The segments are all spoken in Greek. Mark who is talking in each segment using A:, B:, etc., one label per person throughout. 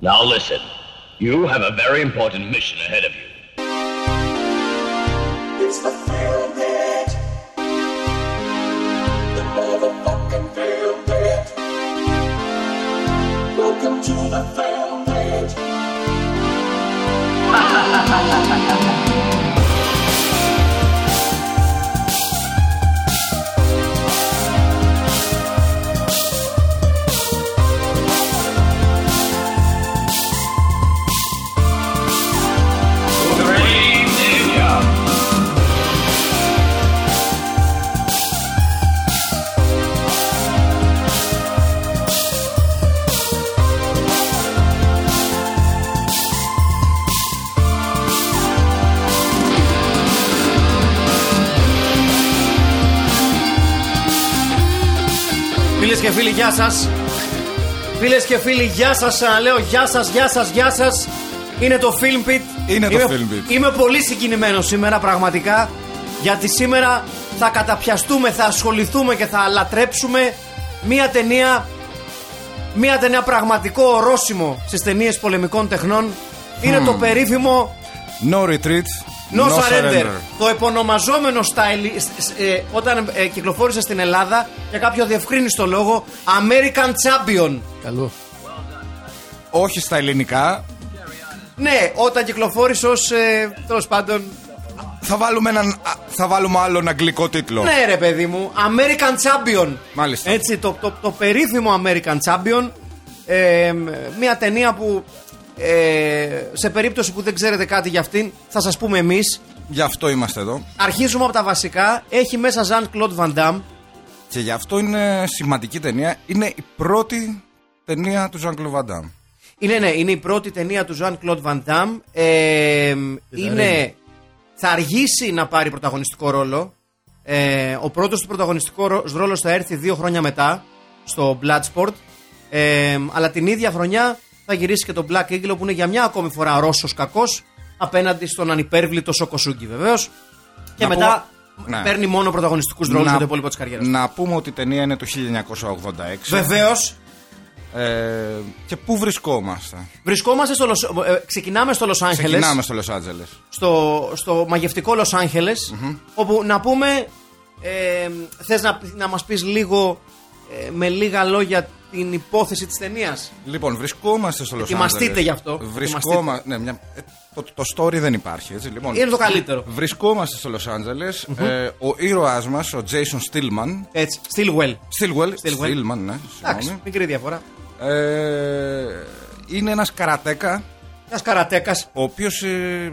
A: Now listen, you have a very important mission ahead of you.
B: It's the Feel Bit. The motherfucking Feel Bit. Welcome to the Feel Bit.
C: Φίλε και φίλοι, γεια σας. Φίλες και φίλοι, γεια σας. Λέω γεια σας, γεια σας, γεια σας. Είναι το Film Pit.
D: Είναι το
C: Είμαι-
D: Film Pit.
C: Είμαι πολύ συγκινημένος σήμερα, πραγματικά. Γιατί σήμερα θα καταπιαστούμε, θα ασχοληθούμε και θα λατρέψουμε μία ταινία. Μία ταινία πραγματικό ορόσημο στις ταινίες πολεμικών τεχνών. Είναι το περίφημο
D: No retreat.
C: No, surrender. Το επωνομαζόμενο στα Ελλη- σ- σ- ε, όταν ε, κυκλοφόρησε στην Ελλάδα για κάποιο διευκρίνηστο λόγο American Champion.
E: Καλό.
D: Όχι στα ελληνικά.
C: Ναι, όταν κυκλοφόρησε ως. Ε, Τέλος πάντων.
D: Θα βάλουμε, έναν, α, θα βάλουμε άλλον αγγλικό τίτλο.
C: Ναι, ρε παιδί μου. American Champion.
D: Μάλιστα.
C: Έτσι, το, το, το περίφημο American Champion. Ε, μ, μια ταινία που ε, σε περίπτωση που δεν ξέρετε κάτι για αυτήν, θα σας πούμε εμείς.
D: Γι' αυτό είμαστε εδώ.
C: Αρχίζουμε από τα βασικά. Έχει μέσα Ζαν Κλοντ Βαντάμ.
D: Και γι' αυτό είναι σημαντική ταινία. Είναι η πρώτη ταινία του Ζαν Κλουβαντάμ.
C: Είναι, ναι, είναι η πρώτη ταινία του Ζωάν Κλοντ Βαντάμ. Ε, είναι, θα αργήσει να πάρει πρωταγωνιστικό ρόλο. Ε, ο πρώτος του πρωταγωνιστικό ρο- ρόλος θα έρθει δύο χρόνια μετά στο Bloodsport. Ε, αλλά την ίδια χρονιά θα γυρίσει και το Black Eagle που είναι για μια ακόμη φορά Ρώσος κακός απέναντι στον ανυπέρβλητο Σοκοσούγκη βεβαίως. Και
D: Να
C: μετά
D: πούμε- ναι.
C: παίρνει μόνο πρωταγωνιστικούς ρόλους
D: Να-
C: για το υπόλοιπο της καριέρας.
D: Να πούμε ότι η ταινία είναι το 1986.
C: Βεβαίως
D: Ε, και πού βρισκόμαστε.
C: βρισκόμαστε στο Λος, ε, ξεκινάμε στο Λος Ángeles.
D: Ξεκινάμε στο Λος Άντζελες.
C: στο, στο μαγευτικό Λος αγγελες όπου να πούμε ε, θες να, να μας πεις λίγο ε, με λίγα λόγια την υπόθεση της ταινίας.
D: Λοιπόν, βρισκόμαστε στο Λος Άντζελες.
C: Ετοιμαστείτε γι' αυτό.
D: Βρισκόμα... Ναι, μια... ε, το, το story δεν υπάρχει, έτσι. Λοιπόν,
C: Είναι το καλύτερο.
D: Βρισκόμαστε στο Λος Άντζελες. Ε, ο ήρωάς μας, ο Jason Stillman,
C: Έτσι, Stillwell.
D: Stillwell,
C: Stillwell.
D: Stillman, ναι,
C: Εντάξει,
D: συγγνώμη.
C: μικρή διαφορά.
D: Ε, είναι ένας καρατέκα,
C: Ένας καρατέκας.
D: ο οποίος... Ε,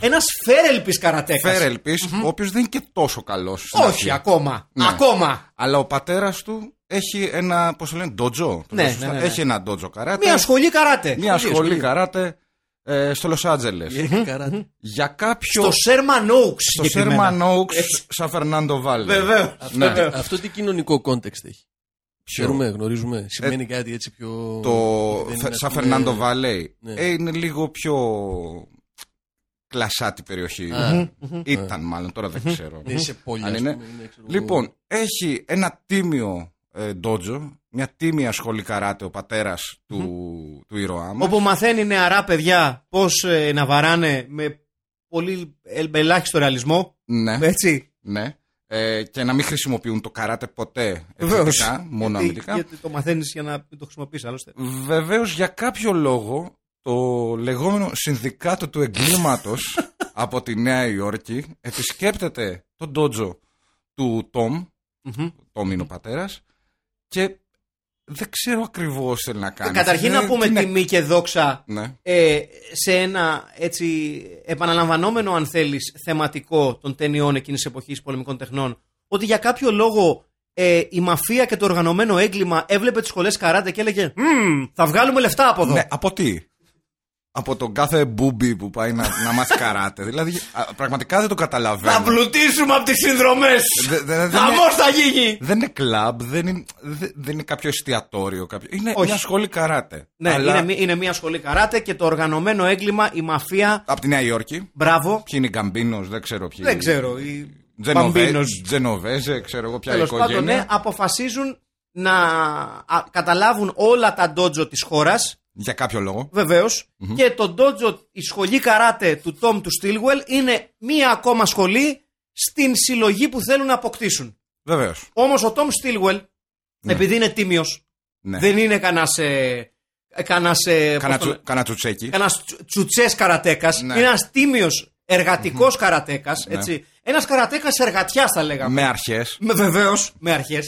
C: Ένα φέρελπης καρατέκας.
D: φερελπης ο οποίος δεν είναι και τόσο καλός. στην αρχή.
C: Όχι, ακόμα.
D: Ναι.
C: Ακόμα.
D: Αλλά ο πατέρας του έχει ένα, πώς το λένε, ντότζο.
C: Ναι, ναι, ναι, ναι.
D: Έχει ένα ντότζο καράτε.
C: Μια σχολή καράτε.
D: Μια σχολή καράτε ε, στο Λος Άντζελες.
E: Καράτε.
D: Για κάποιο...
C: Στο Sherman Oaks.
D: στο
C: συγκεκριμένα.
D: Sherman Oaks σαν Φερνάντο Βάλλη.
C: Βεβαίως.
D: Ναι.
C: Βεβαίως.
E: Αυτό τι κοινωνικό context έχει. Ξέρουμε, γνωρίζουμε. Σημαίνει κάτι έτσι πιο.
D: Ε, Το
E: δεν είναι,
D: Φε- σαν
E: ας πούμε,
D: Φερνάντο Βάλλη
E: Ναι.
D: ε, είναι λίγο πιο κλασάτη περιοχή.
E: Α,
D: Ήταν μάλλον, τώρα δεν ξέρω.
E: Δεν είσαι πολύ.
D: Αν
E: ας
D: είναι.
E: πούμε, ξέρω εγώ.
D: Λοιπόν, έχει ένα τίμιο ε, ντότζο, μια τίμια σχολή καράτε ο πατέρας του, του ήρωά μας.
C: Όπου μαθαίνει νεαρά παιδιά πώς να βαράνε με πολύ ε, ελάχιστο ρεαλισμό.
D: Ναι,
C: Έτσι.
D: ναι. Ε, και να μην χρησιμοποιούν το καράτε ποτέ
C: Βεβαίως. Ε,
D: επιθετικά, μόνο
C: γιατί,
D: αμυντικά.
C: Γιατί το μαθαίνεις για να μην το χρησιμοποιείς άλλωστε.
D: Βεβαίως για κάποιο λόγο το λεγόμενο συνδικάτο του εγκλήματος από τη Νέα Υόρκη επισκέπτεται τον ντότζο του Τόμ. Τόμ είναι ο πατέρας και δεν ξέρω ακριβώς θέλει να κάνει.
C: Καταρχήν να
D: Ε,
C: πούμε
D: τι να-
C: τιμή και δόξα
D: Ναι.
C: ε, σε ένα έτσι επαναλαμβανόμενο αν θέλεις θεματικό των ταινιών εκείνης εποχής πολεμικών τεχνών ότι για κάποιο λόγο ε, η μαφία και το οργανωμένο έγκλημα έβλεπε τις σχολές καράτε και έλεγε «Μμμ, θα βγάλουμε λεφτά από εδώ.
D: ναι, από τι. Από τον κάθε μπούμπι που πάει να, να μάθει καράτε. Δηλαδή, α, πραγματικά δεν το
C: Θα
D: καταλαβαίνω.
C: πλουτίσουμε από τις συνδρομές.
D: Δε- δε- δεν είναι-
C: Χαμός θα γίνει.
D: Δεν είναι κλαμπ, δεν είναι, δε- δεν είναι κάποιο εστιατόριο. Κάποιο... Είναι
C: Όχι.
D: μια σχολή καράτε.
C: Ναι,
D: Αλλά
C: είναι, μη- είναι μια σχολή καράτε και το οργανωμένο έγκλημα, η μαφία,
D: από τη Νέα Υόρκη.
C: μπράβο,
D: Ποιοι είναι οι Γκαμπίνος, δεν ξέρω ποιοι.
C: δεν ξέρω, η
D: Τζενοβέ,
C: Μπαμπίνος.
D: Τζενοβέζε, ξέρω εγώ ποια
C: Τέλος
D: οικογένεια.
C: ναι, πάντων, ναι, αποφασίζουν να α, καταλάβουν όλα τα ντότζο της χώρας
D: Για κάποιο λόγο.
C: βεβαιως Και το ντότζο, η σχολή καράτε του Τόμ του Στίλγουελ είναι μία ακόμα σχολή στην συλλογή που θέλουν να αποκτήσουν.
D: Βεβαίως.
C: Όμως ο Τόμ Στίλγουελ, επειδή είναι τίμιος,
D: Ναι.
C: δεν είναι κανένα. Ε, κανένα. Ε,
D: Κάνα τσου- κάνα τσουτσέκι.
C: τσουτσές καρατέκας.
D: Ναι.
C: Είναι ένας τίμιος εργατικός καρατέκας.
D: Ναι.
C: Ένας καρατέκας εργατιάς, θα λέγαμε.
D: Με αρχές.
C: Με βεβαίως, με αρχε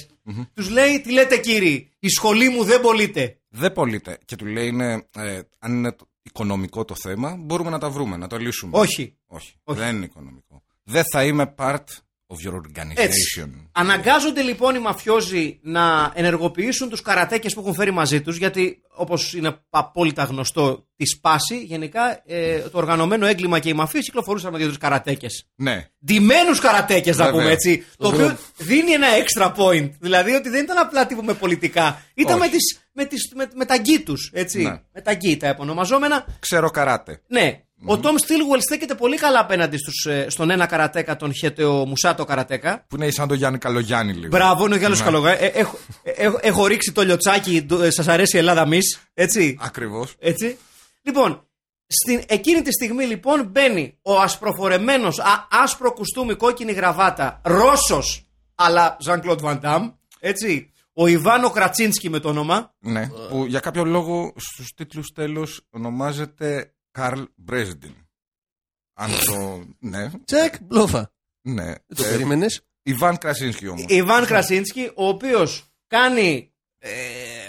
C: Του λέει, τι λέτε κύριοι, η σχολή μου δεν πωλείται.
D: Δεν πωλείται. Και του λέει, είναι, ε, αν είναι το- οικονομικό το θέμα, μπορούμε να τα βρούμε, να το λύσουμε.
C: Όχι.
D: Όχι.
C: Όχι.
D: Δεν είναι οικονομικό. Δεν θα είμαι part of your organization.
C: Έτσι. Αναγκάζονται λοιπόν οι μαφιόζοι να ενεργοποιήσουν τους καρατέκες που έχουν φέρει μαζί τους, γιατί όπως είναι απόλυτα γνωστό τη σπάση, γενικά ε, το οργανωμένο έγκλημα και οι μαφίες κυκλοφορούσαν με δύο του καρατέκες.
D: Ναι.
C: Ντυμένους καρατέκες, να
D: Βέβαια.
C: πούμε έτσι. Το οποίο δίνει ένα extra point. Δηλαδή ότι δεν ήταν απλά τύπου με πολιτικά. Ήταν
D: Όχι.
C: με, τις, με, τις, με, με τα γκί τους. Έτσι.
D: Ναι.
C: Με τα γκί τα επωνομαζόμενα.
D: Ξέρω καράτε.
C: Ναι. Ο Τόμ Στίλγουελ στέκεται πολύ καλά απέναντι στους, ε, στον ένα καρατέκα, τον Χέτεο Μουσάτο καρατέκα.
D: Που είναι σαν τον Γιάννη Καλογιάννη λίγο.
C: Μπράβο, είναι ο Γιάννης
D: Ναι.
C: Καλογά. Ε, έχω, ε, έχω- έχω ρίξει το λιωτσάκι, σας αρέσει η Ελλάδα μη. Έτσι.
D: Ακριβώς.
C: έτσι. Λοιπόν, στην εκείνη τη στιγμή λοιπόν μπαίνει ο ασπροφορεμένος, άσπρο κουστούμι, κόκκινη γραβάτα, Ρώσος, αλλά Ζαν Κλοντ Βαντάμ. Έτσι. Ο Ιβάνο Κρατσίνσκι με το όνομα.
D: Ναι. Που για κάποιο λόγο στους τίτλους τέλος ονομάζεται Καρλ Μπρέζιντιν. Αν το. Ναι.
E: Τσεκ, μπλόφα.
D: Ναι.
E: Δεν το
D: Ε,
E: περίμενες.
D: Ιβάν Κρασίνσκι όμως.
C: Ιβάν Κρασίνσκι, ο οποίος κάνει ε,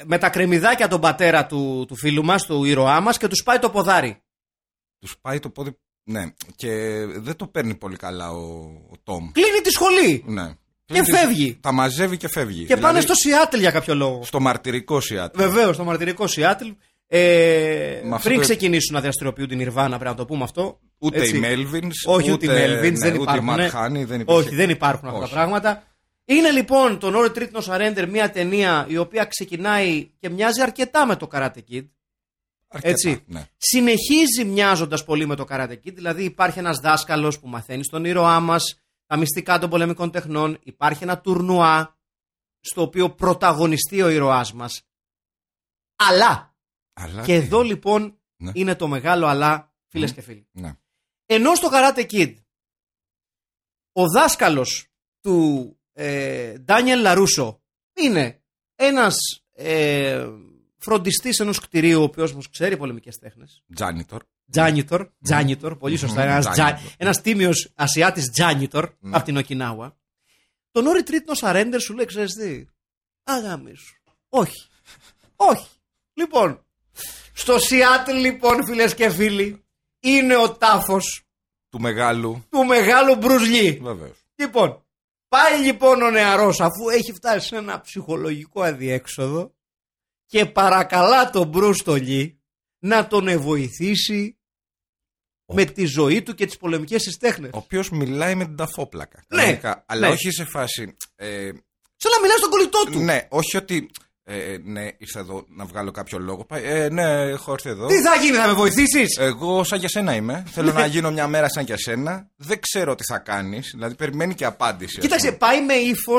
C: με τα κρεμμυδάκια τον πατέρα του, του φίλου μας, του ήρωά μας, και τους πάει το ποδάρι.
D: Τους πάει το πόδι. Ναι. Και δεν το παίρνει πολύ καλά ο, ο Τόμ.
C: Κλείνει τη σχολή
D: Ναι.
C: και φεύγει.
D: Τα μαζεύει και φεύγει. Δηλαδή,
C: Και πάνε στο Σιάτλ για κάποιο λόγο.
D: στο μαρτυρικό Σιάτλ.
C: Βεβαίως, στο μαρτυρικό Σιάτλ. Ε,
D: Μα αυτό
C: πριν
D: το-
C: ξεκινήσουν να διαστηριοποιούν την Ιρβάνα, πρέπει να το πούμε αυτό.
D: Ούτε
C: Έτσι.
D: οι Μέλβιν.
C: Όχι, ούτε, οι Melvins, δεν
D: Ούτε οι
C: υπάρχουν. ναι.
D: Μαρχάνι. Δεν υπήρχε.
C: Όχι, δεν υπάρχουν αυτά τα
D: Όχι.
C: πράγματα. Είναι λοιπόν το No Retreat No Surrender μια ταινία η οποία ξεκινάει και μοιάζει αρκετά με το Karate Kid.
D: Αρκετά,
C: Έτσι.
D: Ναι.
C: συνεχίζει μοιάζοντας πολύ με το Karate Kid. Δηλαδή, υπάρχει ένας δάσκαλος που μαθαίνει στον ήρωά μας τα μυστικά των πολεμικών τεχνών. Υπάρχει ένα τουρνουά στο οποίο πρωταγωνιστεί ο ήρωάς μας. Αλλά!
D: Αλλά
C: Και
D: τι.
C: εδώ λοιπόν
D: Ναι.
C: είναι το μεγάλο αλλά, φίλες
D: Μμμ.
C: και φίλοι.
D: Ναι.
C: Ενώ στο Karate Kid, ο δάσκαλος του ε, Daniel LaRusso είναι ένας ε, φροντιστής ενός κτηρίου, ο οποίος όμως ξέρει πολεμικές τέχνες.
D: Janitor.
C: Janitor, janitor πολύ σωστά.
D: Μμμ,
C: Ένα
D: janitor.
C: ένας τίμιος Ασιάτης janitor
D: Ναι.
C: από την Οκινάουα. Το No Retreat No Surrender σου λέει, ξέρεις τι, αγάμι σου. Όχι. Όχι. Λοιπόν, στο Seattle λοιπόν φίλες και φίλοι, είναι ο τάφος
D: Του μεγάλου.
C: του μεγάλου Μπρουζλί.
D: Βεβαίως.
C: Λοιπόν, πάει λοιπόν ο νεαρός αφού έχει φτάσει σε ένα ψυχολογικό αδιέξοδο και παρακαλά τον Μπρουστολί να τον βοηθήσει με τη ζωή του και τις πολεμικές της τέχνες.
D: Ο οποίος μιλάει με την ταφόπλακα.
C: Ναι,
D: κανονικά, Αλλά
C: ναι.
D: όχι σε φάση. ε,
C: Σαν να μιλάς στον κολλητό του.
D: ναι, όχι ότι. ε, ναι, ήρθα εδώ να βγάλω κάποιο λόγο. Πάει, Ε, ναι, έχω έρθει εδώ.
C: Τι θα Ναι. γίνει, θα με
D: Ε,
C: βοηθήσεις.
D: Εγώ σαν και σένα είμαι. Θέλω να γίνω μια μέρα σαν και σένα. Δεν ξέρω τι θα κάνεις. Δηλαδή, περιμένει και απάντηση. ας
C: Κοίταξε,
D: πούμε.
C: πάει με ύφος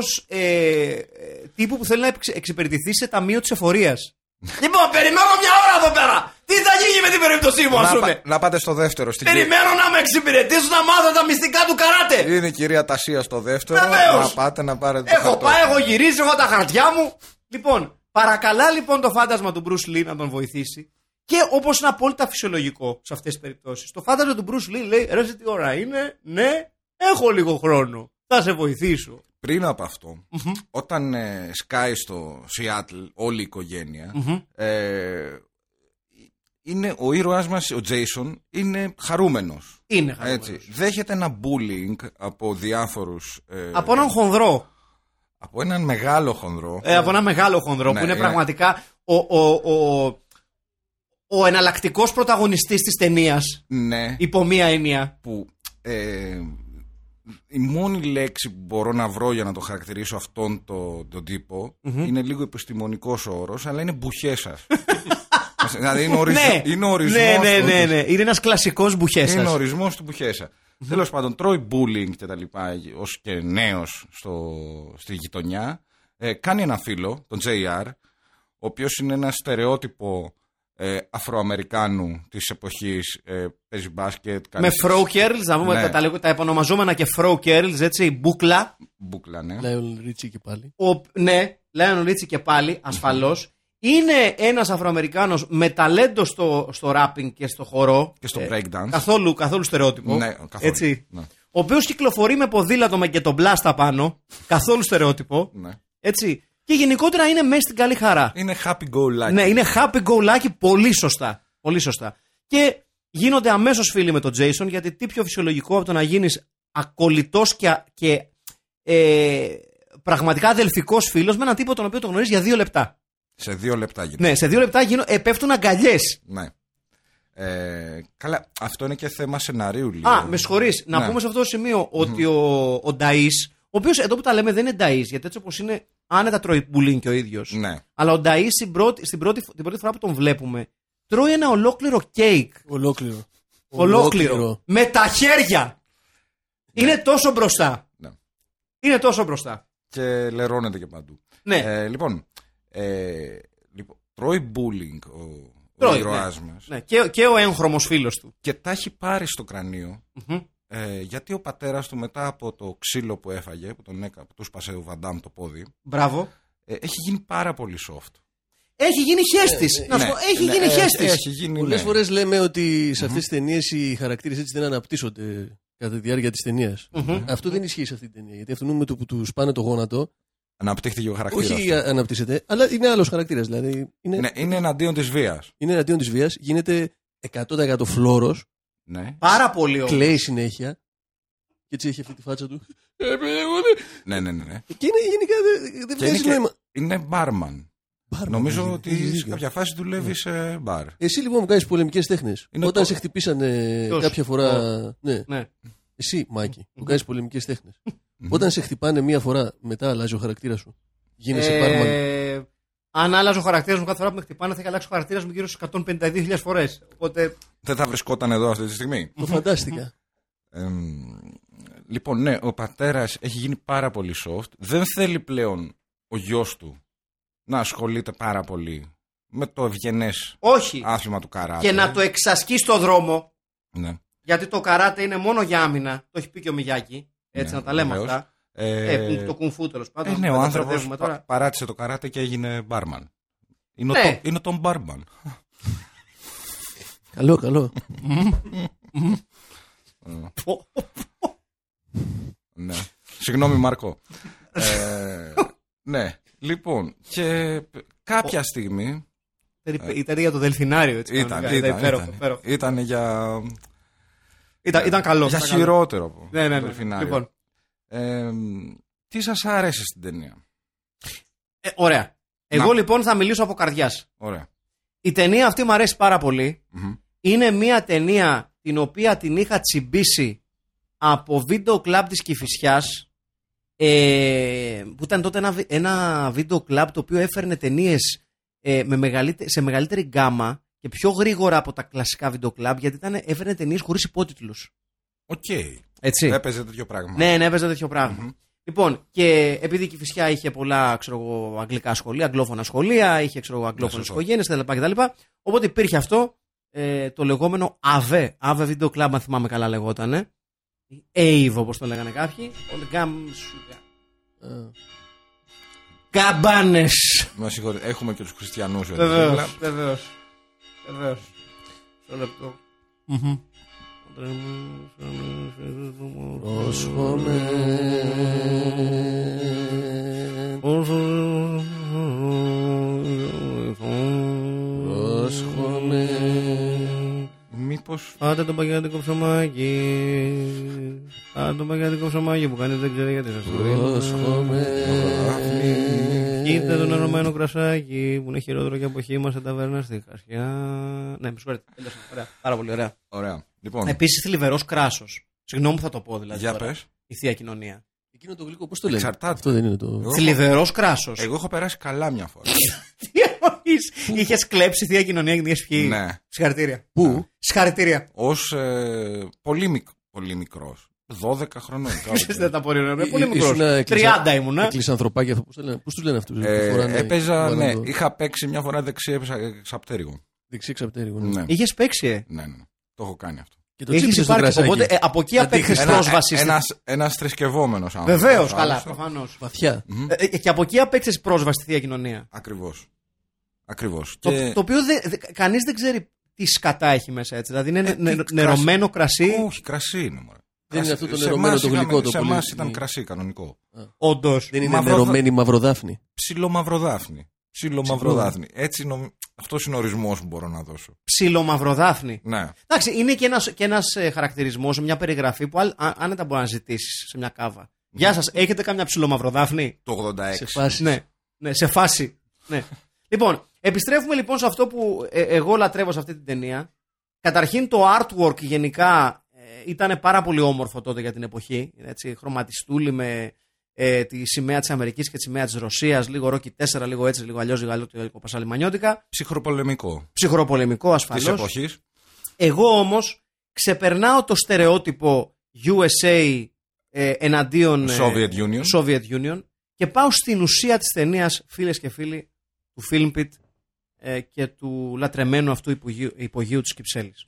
C: τύπου που θέλει να εξ- εξυπηρετηθεί σε ταμείο της εφορίας.
D: Ναι.
C: λοιπόν, περιμένω μια ώρα εδώ πέρα. Τι θα γίνει με την περίπτωσή μου, ας
D: να,
C: πούμε.
D: πα- Ναι. να πάτε στο δεύτερο. Στην
C: Περιμένω να με εξυπηρετήσουν να μάθω τα μυστικά του καράτε.
D: Είναι η κυρία Τασία στο δεύτερο.
C: Βεβαίως.
D: Να πάτε να πάρετε. το
C: Έχω
D: χαρτό.
C: πάει, έχω γυρίσει, έχω τα χαρτιά μου. Λοιπόν, παρακαλά λοιπόν το φάντασμα του Bruce Lee να τον βοηθήσει. Και όπως είναι απόλυτα φυσιολογικό σε αυτές τις περιπτώσεις, το φάντασμα του Bruce Lee λέει: Ρε, σε τι ώρα είναι, ναι, έχω λίγο χρόνο. Θα σε βοηθήσω.
D: Πριν από αυτό, όταν ε, σκάει στο Σιάτλ όλη η οικογενεια ε, είναι ο ήρωάς μας, ο Τζέισον, είναι χαρούμενος.
C: Είναι
D: Έτσι.
C: χαρούμενος.
D: Δέχεται ένα bullying από διάφορους... ε,
C: Από έναν χονδρό.
D: από έναν μεγάλο χονδρό.
C: Ε, από ένα μεγάλο χονδρό
D: Ναι,
C: που είναι
D: είναι.
C: πραγματικά ο, ο, ο, ο εναλλακτικός πρωταγωνιστής της ταινίας.
D: Ναι,
C: Υπό μία έννοια.
D: που... ε, η μόνη λέξη που μπορώ να βρω για να το χαρακτηρίσω αυτόν το, τον τυπο είναι λίγο επιστημονικός ο όρος, αλλά είναι μπουχέσας. δηλαδή είναι, ορισ...
C: ναι,
D: είναι ο ορισμός
C: ναι, ναι,
D: του-
C: ναι, ναι. Είναι ένας κλασικός μπουχέσας
D: Είναι ο ορισμός του Μπουχέσα. Τέλος πάντων, τρώει bullying και τα λοιπά, ως και νέος στη γειτονιά. Ε, κάνει ένα φίλο, τον JR, ο οποίος είναι ένα στερεότυπο ε, Αφροαμερικάνου της εποχής. Ε, παίζει μπάσκετ.
C: Με
D: κάνει
C: Fro Curls, να πούμε
D: Ναι.
C: τα, τα, λέγω- τα επωνομαζόμενα και Fro Curls, έτσι, η μπουκλα.
D: Μπουκλα, ναι.
E: Λάιον Ρίτσι και πάλι.
C: Ο, ναι, Λάιον Ρίτσι και πάλι, ασφαλώς. Είναι ένας Αφροαμερικάνος με ταλέντο στο, στο rapping και στο χορό.
D: Και στο
C: Ε,
D: breakdance.
C: Καθόλου, καθόλου στερεότυπο.
D: Ναι, καθόλου.
C: Έτσι.
D: Ναι.
C: Ο οποίος κυκλοφορεί με ποδήλατο με και τον μπλάστα πάνω. Καθόλου στερεότυπο.
D: Ναι.
C: Έτσι. Και γενικότερα είναι μέσα στην καλή χαρά.
D: Είναι happy go lucky.
C: Ναι, είναι happy go lucky, πολύ σωστά. Πολύ σωστά. Και γίνονται αμέσως φίλοι με τον Jason, γιατί τι πιο φυσιολογικό από το να γίνεις ακολητό και, α- και ε, πραγματικά αδελφικός φίλος με έναν τύπο τον οποίο τον γνωρίζεις για δύο λεπτά.
D: Σε δύο λεπτά γίνεται.
C: Ναι, σε δύο λεπτά γίνω, ε, πέφτουν αγκαλιές.
D: Ναι. Ε, καλά, αυτό είναι και θέμα σεναρίου λίγο.
C: Α, με συγχωρείς, να
D: Ναι.
C: πούμε σε αυτό το σημείο ότι ο, ο Νταή, ο οποίος εδώ που τα λέμε δεν είναι Νταή, γιατί έτσι όπως είναι, άνετα τρώει μπουλίν και ο ίδιος.
D: Ναι.
C: Αλλά ο Νταή στην πρώτη, στην πρώτη, την πρώτη φορά που τον βλέπουμε, τρώει ένα ολόκληρο κέικ.
E: Ολόκληρο.
C: Ολόκληρο. Με τα χέρια. Είναι τόσο μπροστά.
D: Ναι.
C: Είναι τόσο μπροστά.
D: Και λερώνεται και παντού.
C: Ναι.
D: Ε, λοιπόν, ε, λοιπόν, τρώει bullying ο, ο
C: Τρώει,
D: ηρωάς μας
C: Ναι. Και, και ο έγχρωμος φίλος του.
D: και τα έχει πάρει στο κρανιο
C: Μμμ.
D: ε, γιατί ο πατέρας του μετά από το ξύλο που έφαγε, που τον έκα, που τους σπάσε ο Βαντάμ το πόδι,
C: Μπράβο.
D: ε, έχει γίνει πάρα πολύ soft.
C: Έχει γίνει χέστης.
E: Ε,
C: να σου
D: ναι.
C: πω, έχει
E: Ναι,
C: γίνει
E: ε,
C: χέστης.
D: Έχει γίνει,
E: Πολλέ
D: ναι.
E: φορές λέμε ότι σε αυτές τις ταινίες οι χαρακτήρες έτσι δεν αναπτύσσονται κατά τη διάρκεια της ταινια Αυτό δεν ισχύει σε αυτή την ταινία. Γιατί αυτού με το που τους πάνε το γόνατο,
D: Αναπτύχθηκε ο χαρακτήρας.
C: ε,
E: όχι α- αναπτύσσεται, αλλά είναι άλλος χαρακτήρας. Δηλαδή είναι,
D: Ναι, είναι εναντίον της βίας.
E: είναι εναντίον της βίας, γίνεται 100% φλόρος,
D: Ναι,
C: Πάρα πολύ όμως.
E: κλαίει συνέχεια. Και έτσι έχει αυτή τη φάτσα του. Ε, εγώ δεν-
D: ναι, ναι. ναι, ναι.
E: Και είναι γενικά δεν- δεν
D: Και είναι,
E: βγάζει νόημα.
D: και, είναι μπάρμαν.
E: Μπάρμα,
D: Νομίζω
E: δηλαδή, έχεις
D: ότι σε
E: δίκιο.
D: κάποια φάση δουλεύεις σε μπαρ.
E: Εσύ λοιπόν μου κάνεις πολεμικές τέχνες.
D: Είναι
E: Όταν
D: το-
E: σε χτυπήσανε
C: Ποιος?
E: κάποια φορά. Ναι.
C: Ναι.
E: Εσύ, Μάκη, που κάνεις πολεμικές τέχνες. Όταν σε χτυπάνε μία φορά, μετά αλλάζει ο χαρακτήρας σου. Γίνεσαι πάρμαν.
C: Ε, αν άλλαζω χαρακτήρας μου κάθε φορά που με χτυπάνε, θα είχα αλλάξει ο χαρακτήρας μου γύρω στις 152.000 φορές. Οπότε.
D: Δεν θα βρισκόταν εδώ αυτή τη στιγμή.
E: Το φαντάστηκα.
D: Εμ, λοιπόν, ναι, ο πατέρας έχει γίνει πάρα πολύ soft. Δεν θέλει πλέον ο γιος του να ασχολείται πάρα πολύ με το ευγενές
C: Όχι.
D: άθλημα του καράτε.
C: και να το εξασκεί στο δρόμο.
D: Ναι.
C: Γιατί το καράτε είναι μόνο για άμυνα. Το έχει πει και ο Μιγιάκη. Έτσι
D: Ναι,
C: να τα λέμε
D: βεβαίως.
C: αυτά.
D: Ε,
C: Ε, το κουνφού τέλος πάντων.
D: ε, ναι,
C: Δεν
D: ο
C: τα
D: άνθρωπος
C: μπερδεύουμε
D: πα-
C: τώρα.
D: παράτησε το καράτε και έγινε μπάρμαν. Είναι, ο,
C: Ναι.
D: Tom- είναι ο Tom Barman.
E: καλό, καλό.
C: Πω,
D: Ναι. Συγγνώμη, Μάρκο. Ε, ναι. Λοιπόν, και κάποια στιγμή.
C: Ήταν- Ήταν για το Δελφινάριο, έτσι.
D: Ήταν,
C: κανονικά.
D: ήταν, ήταν,
C: υπέροχο, υπέροχο.
D: Ήτανε για,
C: Ήταν, ήταν καλό.
D: Ναι. για
C: ήταν καλό.
D: χειρότερο από
C: Ναι, ναι,
D: το
C: ναι.
D: φινάλιο.
C: Λοιπόν,
D: Ε, τι σας άρεσε στην ταινία.
C: ε, ωραία. Εγώ
D: Να.
C: λοιπόν θα μιλήσω από καρδιάς.
D: Ωραία.
C: Η ταινία αυτή μου αρέσει πάρα πολύ.
D: Μμμ.
C: Είναι μια ταινία την οποία την είχα τσιμπήσει από βίντεο κλαμπ της Κηφισιάς ε, που ήταν τότε ένα, βι- ένα βίντεο κλαμπ το οποίο έφερνε ταινίες ε, με μεγαλύτε- σε μεγαλύτερη γκάμα και πιο γρήγορα από τα κλασικά βίντεο κλαμπ γιατί ήταν, έφερνε ταινίες χωρίς υπότιτλους.
D: Οκ.
C: Έτσι.
D: Έπαιζε τέτοιο πράγμα.
C: Ναι, ναι, έπαιζε τέτοιο πράγμα. Λοιπόν, και επειδή η φυσικά είχε πολλά ξέρω εγώ, αγγλικά σχολεία, αγγλόφωνα σχολεία, είχε ξέρω εγώ, αγγλόφωνες
D: σωστό.
C: οικογένειες κτλ, κτλ. Οπότε υπήρχε αυτό ε, το λεγόμενο AVE, AVE Video Club, αν θυμάμαι καλά λεγότανε. AVE όπως το λέγανε κάποιοι. Όλοι γκάμ σουγα.
E: Ε,
C: Καμπάνες.
D: Με συγχωρείτε, έχουμε και τους χριστιανούς. εδώ δίπλα.
C: Βεβαίως, βεβαίως. Βεβαίως. Στο λεπτό.
E: Προσχωμέ. Προσχωμέ.
D: Μήπως...
C: Άντε το παγιάτικο ψωμάκι. Άντε το παγιάτικο ψωμάκι που κανείς δεν ξέρει γιατί σας το δίνω.
E: Προσχωμέ.
C: Κοίτα τον αρωμένο κρασάκι που είναι χειρότερο και από χήμα σε ταβέρνα στη χασιά. Ναι, με συγχωρείτε. Τέλειωσα. Ωραία. Πάρα πολύ ωραία.
D: Ωραία. Λοιπόν,
C: Επίσης θλιβερό κράσος. Συγγνώμη που θα το πω δηλαδή.
D: για
C: Ναι, τώρα.
D: πες.
C: Η θεία κοινωνία.
E: Εκείνο το γλυκό, πώς το λένε.
D: Εξαρτάται. Ε,
E: Αυτό δεν είναι το.
D: Εγώ-
C: Θλιβερό κράσος.
D: Εγώ έχω περάσει καλά μια φορά.
C: Τι εννοεί. Είχες κλέψει θεία κοινωνία και δεν είχε πιει.
D: ναι.
C: Συγχαρητήρια.
E: Πού?
C: Συγχαρητήρια.
D: Ως ε, πολύ, μικ, πολύ μικρός. 12 χρονών. κάπου.
C: Ξέρεις, Δεν τα μπορεί να είναι.
E: Ή-
C: Πολύ
E: ή-
C: μικρός.
E: ήσουν, ε,
C: 30 ήμουν. ε.
E: Έκλεισε ανθρωπάκια αυτό. Πώ τους λένε αυτούς.
D: ναι, Ε, έπαιζα, ναι, είχα παίξει μια φορά δεξί έπαιζα εξαπτέρυγο.
E: Δεξί εξαπτέρι γωνία.
D: Ναι,
C: Είχες παίξει, ε.
D: ναι, ναι. Το έχω κάνει αυτό.
E: Και το
C: Έχεις
E: τσίπησε στο
C: υπάρξει.
E: κρασάκι.
C: Οπότε ε, από εκεί απέκτησε πρόσβαση. στην-
D: Ένας, ένας θρησκευόμενος άνθρωπος.
C: Βεβαίως,
D: Άλλος,
C: καλά, προφανώς.
E: Βαθιά.
C: Και από εκεί απέκτησες πρόσβαση στη θεία κοινωνία.
D: Ακριβώς. Ακριβώς.
C: Το, το οποίο δε, δε, κανείς δεν ξέρει τι σκατά έχει μέσα έτσι. Δηλαδή είναι
D: Ε, τι
C: νε-
D: κρασί.
C: νερωμένο κρασί.
D: Όχι, κρασί είναι μωρέ.
E: Δεν
D: Κρασί.
E: είναι αυτό το
D: Σε
E: νερωμένο,
D: εμάς
E: το
D: είχαμε-
E: γλυκό, το
D: Σε
E: πολύ-
D: εμάς ήταν
E: ναι.
D: κρασί κανονικό.
C: Όντως.
E: Δεν είναι
D: Μαύρο-
E: νερωμένη μαυροδάφνη.
D: Ψηλό μαυροδάφνη. Ψηλό μαυροδάφνη. Έτσι νομ... Αυτός είναι ο ορισμός που μπορώ να δώσω.
C: Ψιλο μαυροδάφνη.
D: Ναι.
C: Εντάξει, είναι και ένας και ένας, ε, χαρακτηρισμός, μια περιγραφή που αν, άνετα μπορεί να ζητήσεις σε μια
E: Ναι.
C: κάβα. Γεια σας, έχετε κάμια ψηλό μαυροδάφνη.
D: Το 86.
E: Σε φάση.
C: Ναι, ναι, σε φάση. Ναι. λοιπόν, επιστρέφουμε λοιπόν σε αυτό που ε, εγώ λατρεύω σε αυτή την ταινία. Καταρχήν το artwork γενικά ε, ήταν πάρα πολύ όμορφο τότε για την εποχή. Έτσι, χρωματιστούλη με ε, τη σημαία της Αμερικής και τη σημαία της Ρωσίας, λίγο Ρόκι 4, λίγο έτσι, λίγο αλλιώς, λίγο αλλιώς, λίγο αλλιώς, πασαλιμανιώτικα.
D: Ψυχροπολεμικό.
C: Ψυχροπολεμικό
D: Της
C: ασφαλώς.
D: εποχής.
C: Εγώ όμως ξεπερνάω το στερεότυπο USA ε, εναντίον ε,
D: Soviet Union.
C: Soviet Union και πάω στην ουσία της ταινίας, φίλες και φίλοι, του Filmpit ε, και του λατρεμένου αυτού υπογείου, υπογείου της Κυψέλης.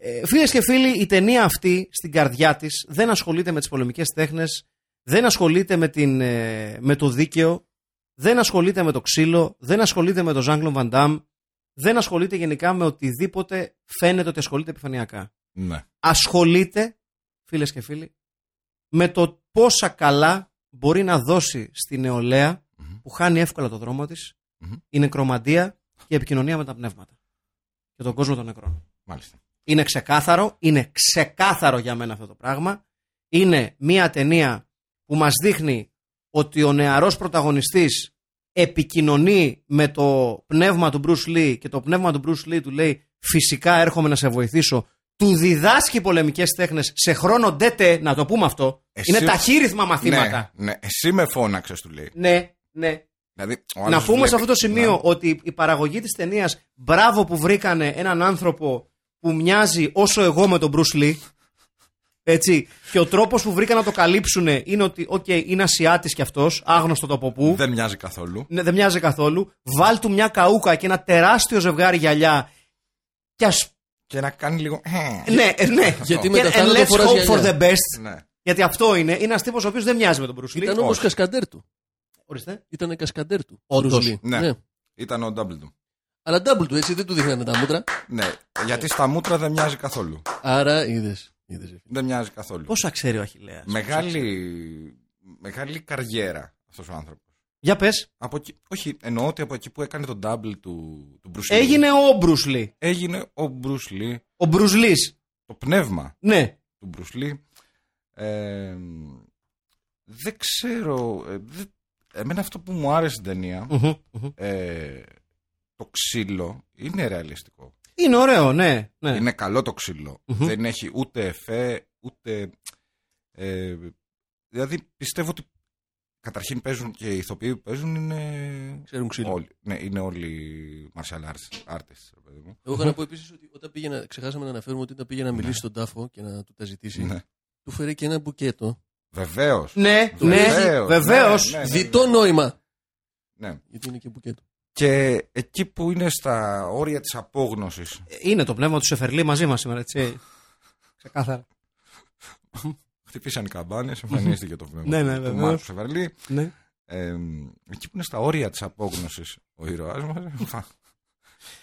C: Ε, φίλες και φίλοι, η ταινία αυτή στην καρδιά της δεν ασχολείται με τις πολεμικές τέχνες, δεν ασχολείται με, την, ε, με το δίκαιο, δεν ασχολείται με το ξύλο, δεν ασχολείται με τον Ζάγκλον Βαντάμ, δεν ασχολείται γενικά με οτιδήποτε φαίνεται ότι ασχολείται επιφανειακά.
D: Ναι.
C: Ασχολείται, φίλες και φίλοι, με το πόσα καλά μπορεί να δώσει στη νεολαία
D: Μμμ.
C: που χάνει εύκολα το δρόμο της,
D: Μμμ.
C: η νεκρομαντία και η επικοινωνία με τα πνεύματα και τον κόσμο των νεκρών.
D: Μάλιστα.
C: Είναι ξεκάθαρο, είναι ξεκάθαρο για μένα αυτό το πράγμα. Είναι μια ταινία που μας δείχνει ότι ο νεαρός πρωταγωνιστής επικοινωνεί με το πνεύμα του Bruce Lee και το πνεύμα του Bruce Lee του λέει φυσικά έρχομαι να σε βοηθήσω. Του διδάσκει πολεμικές τέχνες σε χρόνο ντέτε, να το πούμε αυτό.
D: Εσύ-
C: Είναι ταχύρυθμα μαθήματα.
D: Ναι, ναι, εσύ με φώναξες του λέει.
C: Ναι, ναι.
D: Δηλαδή, ο
C: να
D: άλλος
C: πούμε
D: βλέπει-
C: σε αυτό το σημείο
D: Ναι.
C: ότι η παραγωγή της ταινίας μπράβο που βρήκανε έναν άνθρωπο που μοιάζει όσο εγώ με τον Bruce Lee. Έτσι. Και ο τρόπος που βρήκαν να το καλύψουν είναι ότι, οκ, είναι Ασιάτης κι αυτός, άγνωστο το από πού.
D: Δεν μοιάζει καθόλου.
C: Ναι, δεν μοιάζει καθόλου. Βάλ του μια καούκα και ένα τεράστιο ζευγάρι γυαλιά. Και ας...
D: Και να κάνει λίγο. «Ε».
C: Ναι, ε, ναι.
E: Γιατί
C: Και-
E: μετά
C: and
E: θα είναι το
C: let's
E: φοράς
C: hope for
E: γυαλιά.
C: the best.
D: Ναι.
C: Γιατί αυτό είναι. Είναι ένας τύπος ο οποίος δεν μοιάζει με τον Bruce Lee.
E: Ήταν όμως
D: όχι.
E: κασκαντέρ του.
C: Ορίστε.
E: Ήταν κασκαντέρ του.
C: Όντως.
E: Bruce Lee.
D: Ναι. Ήταν ο Ντάμπλντον.
E: Αλλά double του έτσι δεν του δείχνανε τα μούτρα.
D: Ναι, γιατί στα μούτρα δεν μοιάζει καθόλου.
E: Άρα είδες. Είδες. ρε.
D: Δεν μοιάζει καθόλου.
C: Πόσα ξέρει ο Αχηλέα.
D: Μεγάλη, μεγάλη καριέρα αυτός ο άνθρωπος.
C: Για πες.
D: Από εκεί, όχι, εννοώ ότι από εκεί που έκανε τον double του, του Bruce Lee.
C: Έγινε ο Μπρουσλί.
D: Έγινε ο Bruce Lee,
C: Ο Μπρουσλί.
D: το πνεύμα
C: Ναι.
D: του Bruce Lee. Ε, δεν ξέρω. ε, δεν- εμένα αυτό που μου άρεσε στην ταινία,
C: Μμμ, μμμ.
D: ε, το ξύλο, είναι ρεαλιστικό.
C: Είναι ωραίο, ναι. ναι.
D: Είναι καλό το ξυλο
C: Μμμ.
D: Δεν έχει ούτε εφέ, ούτε. Ε, δηλαδή πιστεύω ότι καταρχήν παίζουν και οι ηθοποιοί που παίζουν είναι.
E: Ξέρουν ξύλο.
D: Όλοι, ναι, είναι όλοι martial arts, artists, ρε παιδί μου.
E: Εγώ είχα να πω επίσης ότι όταν πήγε να, ξεχάσαμε να αναφέρουμε ότι όταν πήγε να
C: Ναι.
E: μιλήσει στον τάφο και να του τα ζητήσει,
D: Ναι.
E: του φέρε και ένα μπουκέτο.
D: Βεβαίως.
C: Ναι,
E: Το
C: ναι,
D: βεβαίως,
C: βεβαίως.
D: ναι, ναι.
E: Διτό νόημα.
D: Ναι.
E: Γιατί είναι και μπουκέτο.
D: Και εκεί που είναι στα όρια της απόγνωσης
C: Είναι το πνεύμα του Σεφερλί μαζί μας σήμερα, έτσι. Ξεκάθαρα.
D: Χτυπήσαν οι καμπάνες, εμφανίστηκε το πνεύμα
C: Ναι, ναι,
D: του
C: βεβαίως.
D: Μάρκου Σεβερλή.
C: Ναι.
D: Ε, εκεί που είναι στα όρια της απόγνωσης ο ήρωάς μας,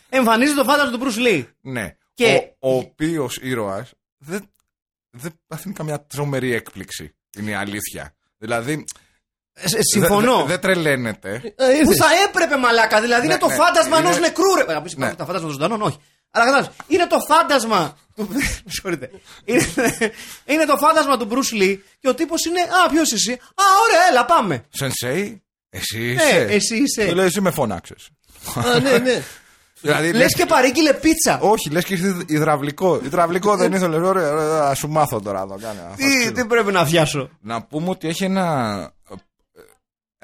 C: Εμφανίζεται το φάντασμα του Μπρουσλί.
D: Ναι.
C: Και-
D: Ο, ο οποίος ήρωας δεν, δεν παθαίνει καμιά τρομερή έκπληξη. Είναι η αλήθεια. Δηλαδή.
C: Ε, Συμφωνώ. Ε,
D: δε- δε- Δεν τρελαίνεται.
E: Α, ήρθε.
C: Που θα έπρεπε μαλάκα, δηλαδή
D: Ναι,
C: είναι το
D: ναι.
C: φάντασμα ενός
D: Είναι-
C: νεκρού. Ρε. Να πεις,
D: Ναι.
C: υπάρχουν τα φάντασμα των ζωντανών, όχι. Αλλά κατάλαβες. Είναι το φάντασμα. του- Με Συγχωρείτε. Είναι, είναι το φάντασμα του Bruce Lee και ο τύπος είναι. Α, ποιος εσύ. Α, ωραία, έλα, πάμε.
D: Σενσέι, εσύ
C: Ναι,
D: είσαι.
C: εσύ είσαι.
D: Του λέει, εσύ με φώναξες.
E: Α, ναι, ναι.
D: δηλαδή,
C: Λες και παρήγγειλε πίτσα.
D: Όχι, λες και ήρθε υδραυλικό. Υδραυλικό δεν ήθελε. Ωραία, ωραία, ωραία, σου μάθω τώρα να το κάνω. να φας
C: Τι,
D: ξύλο.
C: τι πρέπει να βιάσω.
D: Να πούμε ότι έχει ένα.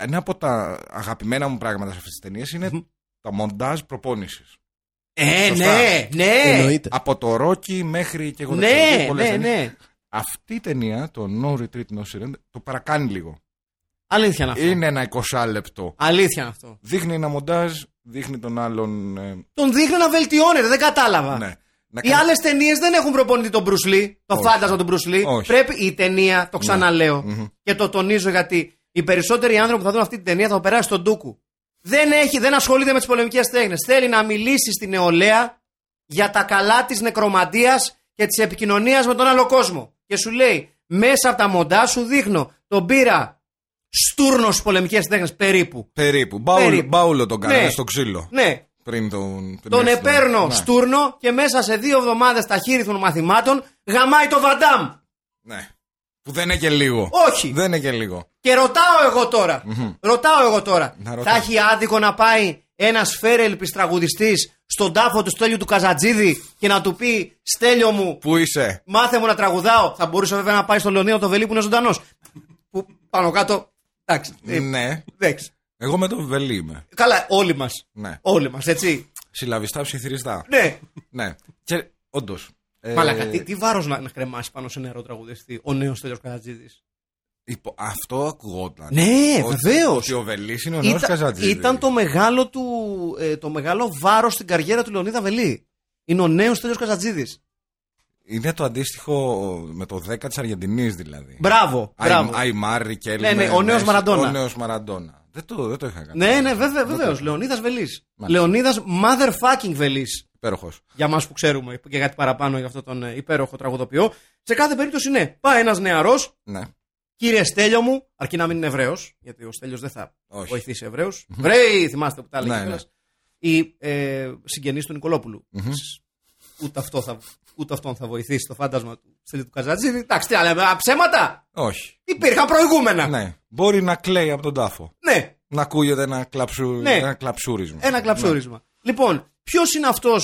D: Ένα από τα αγαπημένα μου πράγματα σε αυτές τις ταινίες είναι τα μοντάζ προπόνησης.
C: Ε,
D: Σωστά.
C: ναι, ναι.
E: Εννοείται.
D: Από το Ρόκι μέχρι και εγώ δεν ξέρω,
C: Ναι,
D: έχω πολλές
C: ναι,
D: ταινίες.
C: ναι.
D: Αυτή η ταινία, το No Retreat No Surrender, το παρακάνει λίγο.
C: Αλήθεια είναι αυτό.
D: Είναι ένα 20 λεπτό.
C: Αλήθεια είναι αυτό.
D: Δείχνει ένα μοντάζ δείχνει τον άλλον. ε,
C: Τον δείχνει να βελτιώνεται, δεν κατάλαβα.
D: ναι. Να
C: Οι
D: κάνει-
C: άλλες ταινίες δεν έχουν προπονητή τον Μπρουσλί, το
D: Όχι.
C: φάντασμα τον Μπρουσλί.
D: Όχι. Ναι.
C: Πρέπει η ταινία, το ξαναλέω και το τονίζω γιατί οι περισσότεροι άνθρωποι που θα δουν αυτή την ταινία θα περάσει τον Τούκου. Δεν, έχει, δεν ασχολείται με τις πολεμικές τέχνες. Θέλει να μιλήσει στην νεολαία για τα καλά της νεκρομαντίας και της επικοινωνίας με τον άλλο κόσμο. Και σου λέει, μέσα από τα μοντά σου δείχνω τον πήρα στούρνος στις πολεμικές τέχνες περίπου.
D: Περίπου. Μπάουλο,
C: Περίπου.
D: μπάουλο τον κάνανε
C: Ναι.
D: στο ξύλο.
C: Ναι,
D: Πριν τον. πριν
C: τον
D: έρθει το-
C: επέρνω
D: Ναι.
C: στούρνο και μέσα σε δύο εβδομάδες τα χείρη των μαθημάτων γαμάει το Βαντάμ.
D: Ναι. Που δεν είναι και λίγο.
C: Όχι.
D: Δεν είναι και λίγο.
C: Και ρωτάω εγώ τώρα. Ρωτάω εγώ τώρα.
D: Να ρωτάς.
C: Θα έχει άδικο να πάει ένας φέρελπης τραγουδιστής στον τάφο του Στέλιου του Καζατζίδη και να του πει Στέλιο μου,
D: Πού είσαι.
C: μάθε μου να τραγουδάω. Θα μπορούσε βέβαια να πάει στο Λεωνίδα το Βελί που είναι ζωντανός. Που πάνω κάτω. Εντάξει. ε,
D: Ναι.
C: εντάξει.
D: Εγώ με το βελί είμαι.
C: Καλά, όλοι μας.
D: Ναι.
C: Όλοι μας, έτσι.
D: Συλλαβιστά ψιθυριστά.
C: Ναι.
D: Ναι. Και όντως. Ε,
C: Μαλάκα, τι, τι βάρος να, να κρεμάσει πάνω σε νερό τραγουδιστή ο νέος Στέλιος Καζατζίδη.
D: Υπο... Αυτό ακουγόταν.
C: Ναι,
D: Ότι-
C: βεβαίως.
D: Ότι ο Βελής είναι ο νέος
C: Ήταν,
D: Καζατζίδη.
C: ήταν το μεγάλο, του, ε, το μεγάλο βάρος στην καριέρα του Λεωνίδα Βελή. Είναι ο νέος Τέλειος Καζατζίδης.
D: Είναι το αντίστοιχο με το 10 της Αργεντινής δηλαδή.
C: Μπράβο,
D: Αϊ-
C: μπράβο.
D: Αϊμάρη και
C: Ναι, ναι, ο νέος Μαραντόνα.
D: Ο νέος Μαραντόνα. Δεν το, δεν το είχα κάνει.
C: ναι, ναι, βέβαια, βεβαίως. Λεωνίδας Βελής. Λεωνίδας motherfucking Βελής.
D: Υπέροχος.
C: Για μας που ξέρουμε και κάτι παραπάνω για αυτόν τον ε, υπέροχο τραγουδοποιό. Σε κάθε περίπτωση, ναι, πάει ένας νεαρός,
D: Ναι.
C: κύριε Στέλιο μου, αρκεί να μην είναι Εβραίος, γιατί ο Στέλιος δεν θα
D: Όχι.
C: βοηθήσει Εβραίους. Βρέοι, θυμάστε που τα έλεγε
D: Ναι,
C: κιόλας. Οι ε, συγγενείς του νικολοπουλου Ούτε, αυτό θα, ούτε αυτόν θα βοηθήσει το φάντασμα του Στέλιου του Καζατζίδη. Εντάξει, τι άλλα, α, ψέματα!
D: Όχι.
C: Υπήρχαν προηγούμενα.
D: Ναι. Μπορεί να κλαίει από τον τάφο.
C: Ναι,
D: Να ακούγεται ένα, κλαψου...
C: Ναι.
D: ένα κλαψούρισμα.
C: ένα κλαψούρισμα. Λοιπόν, ποιος είναι αυτός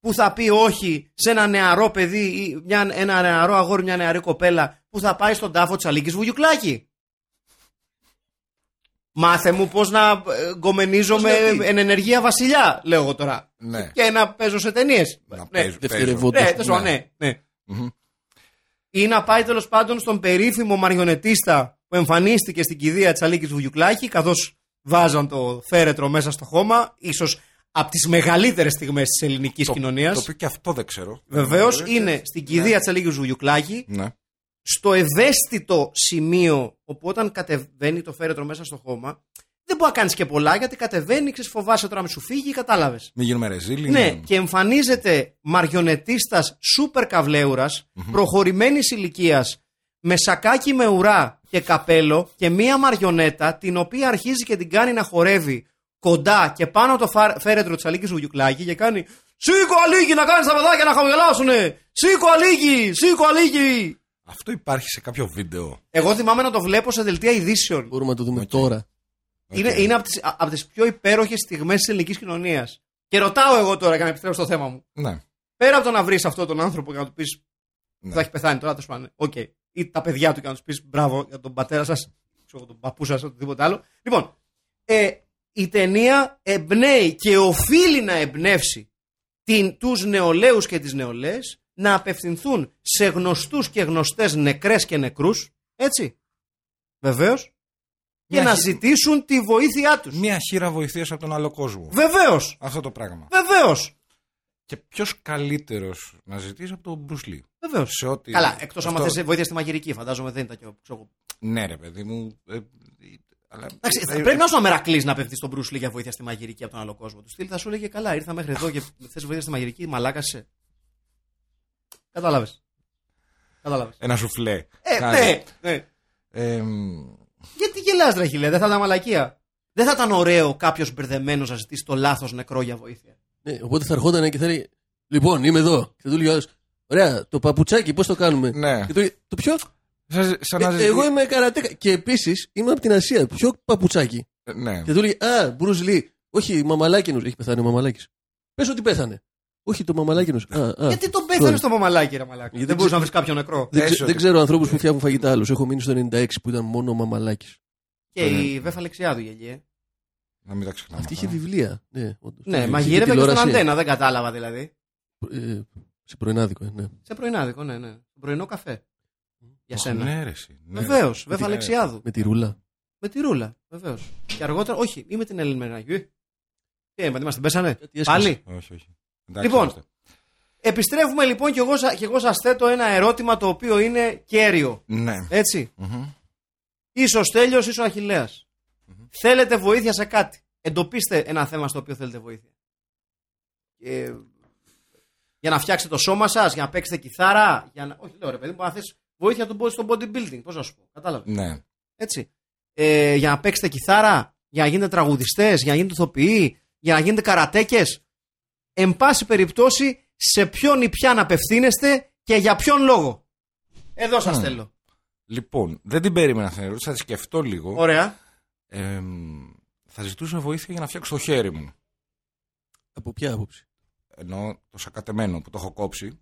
C: που θα πει όχι σε ένα νεαρό παιδί ή μια, ένα νεαρό αγόρι, μια νεαρή κοπέλα που θα πάει στον τάφο της Αλίκης Βουγιουκλάκη. Μάθε μου πώς να ε, γκομενίζομαι
D: γιατί?
C: εν ενεργεία βασιλιά, λέω εγώ τώρα.
D: Ναι.
C: Και να παίζω σε ταινίες.
D: Να
C: ναι.
D: παίζουν.
E: Δευτερευόντως.
C: Ναι, τέλος πάντων, ναι. ναι.
D: Μμμ.
C: Ή να πάει τέλος πάντων στον περίφημο μαριονετίστα που εμφανίστηκε στην κηδεία της Αλίκης Βουγιουκλάκη, καθώς βάζαν το φέρετρο μέσα στο χώμα, ίσως από τις μεγαλύτερες στιγμές της ελληνικής
D: Το-
C: κοινωνίας.
D: Το οποίο και αυτό δεν ξέρω.
C: Βεβαίως
D: Ναι.
C: είναι στην κηδεία της τη Αλίκη Βουγιουκλάκη,
D: Ναι.
C: στο ευαίσθητο σημείο όπου όταν κατεβαίνει το φέρετρο μέσα στο χώμα, δεν μπορεί να κάνεις και πολλά γιατί κατεβαίνει, ξέρεις, φοβάσαι τώρα να σου φύγει, κατάλαβες.
D: Μην γίνουμε ρεζίλοι.
C: Ναι, και εμφανίζεται μαριονετίστας σούπερ καβλέουρας, προχωρημένης ηλικίας, με σακάκι με ουρά και καπέλο και μία μαριονέτα την οποία αρχίζει και την κάνει να χορεύει κοντά και πάνω από το φα- φέρετρο της Αλίκης Βουγιουκλάκη και κάνει «Σήκω Αλίκη να κάνεις τα παιδάκια να χαμογελάσουνε! Σήκω Αλίκη! Σήκω Αλίκη!»
D: Αυτό υπάρχει σε κάποιο βίντεο.
C: Εγώ θυμάμαι να το βλέπω σε δελτία ειδήσεων.
E: Μπορούμε να το δούμε τώρα.
C: Είναι, είναι από τις, α- από τις πιο υπέροχες στιγμές της ελληνικής κοινωνίας. Και ρωτάω εγώ τώρα για να επιστρέψω στο θέμα μου.
D: Ναι.
C: Πέρα από το να βρεις αυτόν τον άνθρωπο και να του πεις.
D: Ναι.
C: Θα έχει πεθάνει τώρα, τέλος πάντων. Οκ. Ή τα παιδιά του και να τους πεις μπράβο για τον πατέρα σας, τον παππού σας, οτιδήποτε άλλο. Λοιπόν, ε, η ταινία εμπνέει και οφείλει να εμπνεύσει την, τους νεολαίους και τις νεολαίες να απευθυνθούν σε γνωστούς και γνωστές νεκρές και νεκρούς, έτσι, βεβαίως, και
D: Μια
C: να
D: χι-
C: ζητήσουν τη βοήθειά τους.
D: Μία χείρα βοηθείας από τον άλλο κόσμο.
C: Βεβαίως,
D: Αυτό το πράγμα.
C: βεβαίως,
D: Και ποιος καλύτερος να ζητήσει από τον Μπρουσλί.
C: βεβαίως.
D: Σε ό,τι.
C: Καλά, εκτός
D: αυτό-
C: άμα θες βοήθεια στη μαγειρική, φαντάζομαι δεν ήταν και ο. ξέρω εγώ.
D: Ναι, ρε παιδί μου. ε, ε, αλλά...
C: Εντάξει, θα-
D: ε,
C: πρέπει να είσαι αμερακλή να απευθύνει στον Bruce Lee για βοήθεια στη μαγειρική από τον άλλο κόσμο. Του στυλ θα σου λέγε καλά, ήρθα μέχρι εδώ και θες βοήθεια στη μαγειρική, μαλάκασε. Κατάλαβες. Κατάλαβες.
D: Ένα σουφλέ.
C: Ε,
D: Κάτι.
C: ναι, ναι.
D: Ε, μ,
C: Γιατί γελάς, Ραχιλέ, δεν θα ήταν μαλακία. Δεν θα ήταν ωραίο κάποιος μπερδεμένος να ζητήσει το λάθος νεκρό για βοήθεια.
E: Ναι, οπότε θα ερχόταν και θα λέει Λοιπόν, είμαι εδώ. Και θα του λέει ο άλλος, Ωραία, το παπουτσάκι, πώς το κάνουμε.
D: Ναι.
E: Και του λέει, Το πιο. Ε,
D: Σαν, σαν
C: Ε,
D: να ζητεί-
E: εγώ είμαι καρατέκα. Και επίσης είμαι από την Ασία. Ποιο παπουτσάκι.
D: Ε, Ναι.
E: Και του λέει Α, Μπρουζ Λί. Όχι, μαμαλάκινος. Έχει πεθάνει ο μαμαλάκης. Πες ότι πέθανε. Όχι, το μαμαλάκινος.
D: Ε,
C: Γιατί τον πέθανε στο μαμαλάκι, ρε μαλάκα.
E: Γιατί
C: Δεν μπορούσε να βρεις κάποιο νεκρό.
E: Δεν, ξε-
D: Έσω-
E: δεν ξέρω ανθρώπους που φτιάχνουν φαγητά άλλους. Έχω μείνει στο 96 που ήταν μόνο ο μαμαλάκης.
C: Και
D: Ναι.
C: η Βέφα Λεξιάδου γελιέ.
D: Να μην τα ξεχνάμε.
E: Αυτή είχε
D: αυτά.
E: βιβλία. Ναι,
D: Ε,
E: όντως.
C: Ναι,
E: Είχε
C: μαγείρευε και στον
E: τηλεόραση.
C: αντένα, δεν κατάλαβα δηλαδή.
E: Ε, σε πρωινάδικο, ε, ναι.
C: Σε πρωινάδικο, ναι, ναι. Πρωινό καφέ. Για σένα.
D: Ναι, ρε, συ, ναι.
C: Βεβαίως, Βέφα
D: Ναι.
C: Αλεξιάδου.
E: Με τη ρούλα.
C: Με τη ρούλα, βεβαίως. Και αργότερα, όχι, ή με την Έλληνη Μερναγιού. Τι έμαθα, μας την πέσανε.
E: έσκασε.
C: Πάλι.
D: Όχι, όχι. Εντάξει,
C: Λοιπόν.
D: είμαστε.
C: Επιστρέφουμε λοιπόν και εγώ, σα- και εγώ σας θέτω ένα ερώτημα το οποίο είναι κέριο.
D: Ναι.
C: Έτσι.
D: Μμμ.
C: Ίσως τέλειος, ίσως αχιλλέας. Θέλετε βοήθεια σε κάτι. Εντοπίστε ένα θέμα στο οποίο θέλετε βοήθεια. Ε, για να φτιάξετε το σώμα σας, για να παίξετε κιθάρα. Για να... Όχι, λέω ρε παιδί μου, να θες βοήθεια του body- στο bodybuilding. Πώς να σου πω, κατάλαβες.
D: Ναι.
C: Έτσι. Ε, για να παίξετε κιθάρα, για να γίνετε τραγουδιστές, για να γίνετε ηθοποιοί, για να γίνετε καρατέκες. Εν πάση περιπτώσει, σε ποιον ή ποια να απευθύνεστε και για ποιον λόγο. Εδώ σας
D: Mm.
C: θέλω.
D: Λοιπόν, δεν την περίμενα αυτήν την ερώτηση, θα τη σκεφτώ λίγο.
C: Ωραία.
D: Εμ, θα ζητούσα βοήθεια για να φτιάξω το χέρι μου.
E: Από ποια άποψη.
D: Ενώ το σακατεμένο που το έχω κόψει.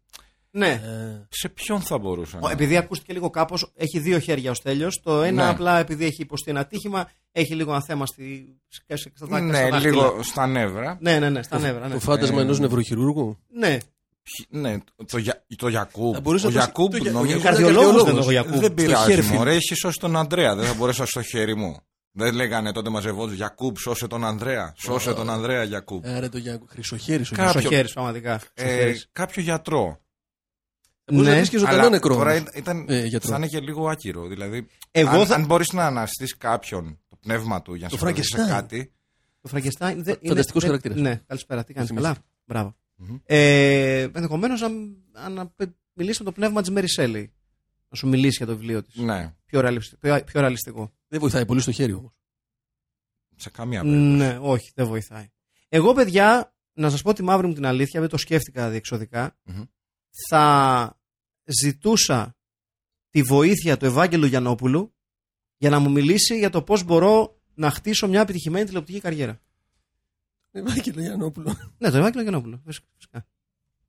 C: Ναι.
E: Ε,
D: Σε ποιον θα μπορούσα
C: Ο-
D: να.
C: Επειδή ακούστηκε λίγο κάπως, έχει δύο χέρια ο Στέλιος. Το ένα
D: Ναι.
C: απλά επειδή έχει υποστεί ένα τύχημα, έχει λίγο ένα θέμα στη. στα- στα- στα- στα- στα-
D: Ναι,
C: στα-
D: λίγο στα νεύρα.
C: Ναι, ναι, ναι, στα νεύρα. Ναι.
E: Το φάντασμα
D: Ε,
E: ενός νευροχειρούργου.
C: ναι.
D: Ποιοι- Ναι, το, για, το Γιακούμπ.
E: Θα μπορούσε
D: Ο
E: να το-
D: Γιακούμπ
E: το Για- ο
D: νομίζω-
E: Γιακούμπ
C: Καρδιολόγο
E: καρδιολόγος.
C: δεν το Γιακούμπ.
D: Δεν πειράζει.
E: Χέρφιν.
D: Μωρέ, έχεις σώσει τον Ανδρέα. Δεν θα μπορέσα στο χέρι μου. Δεν λέγανε τότε μαζευόντους Γιακούμπ, σώσε τον Ανδρέα. Σώσε τον Ανδρέα Γιακούμπ.
E: Άρα το Γιάνκο. Χρυσοχέρι σου.
D: Κάποιο.
C: Στο χέρι, πραγματικά.
D: Ε, κάποιο γιατρό.
E: Μπορείς να
C: Ναι.
E: βρει και ζωντανό νεκρό.
D: Τώρα ήταν- ήταν,
E: Ε, γιατρό.
D: θα είναι και λίγο άκυρο. Δηλαδή,
C: Εγώ
D: αν,
C: θα-
D: αν μπορείς να αναστεί κάποιον το πνεύμα του για να
E: Το
D: σε βοηθήσει σε
E: Frankenstein.
D: κάτι.
C: Το Φραγκεστάιν. δεν- είναι-
E: Φανταστικός
C: δεν-
E: χαρακτήρας.
C: Ναι, καλησπέρα. Τι κάνεις.
E: Θυμήθηκα.
C: Καλά. Μπράβο.
D: Μμμ.
C: Ε, Ενδεχομένως να, να πε- μιλήσεις με το πνεύμα της Μέρι Σέλι. Να σου μιλήσει για το βιβλίο της.
D: Ναι,
C: Πιο, ρεαλισ- πιο- πιο ρεαλιστικό.
E: Δεν βοηθάει πολύ στο χέρι όμως.
D: σε καμία περίπτωση.
C: Ναι, όχι, δεν βοηθάει. Εγώ, παιδιά, να σας πω τη μαύρη μου την αλήθεια, δεν το σκέφτηκα διεξοδικά.
D: Μμμ.
C: Θα ζητούσα τη βοήθεια του Ευάγγελου Γιανόπουλου για να μου μιλήσει για το πώς μπορώ να χτίσω μια επιτυχημένη τηλεοπτική καριέρα.
E: Ευάγγελο Γιαννόπουλο.
C: Ναι, το Ευάγγελο Γιανόπουλο. Φυσικά.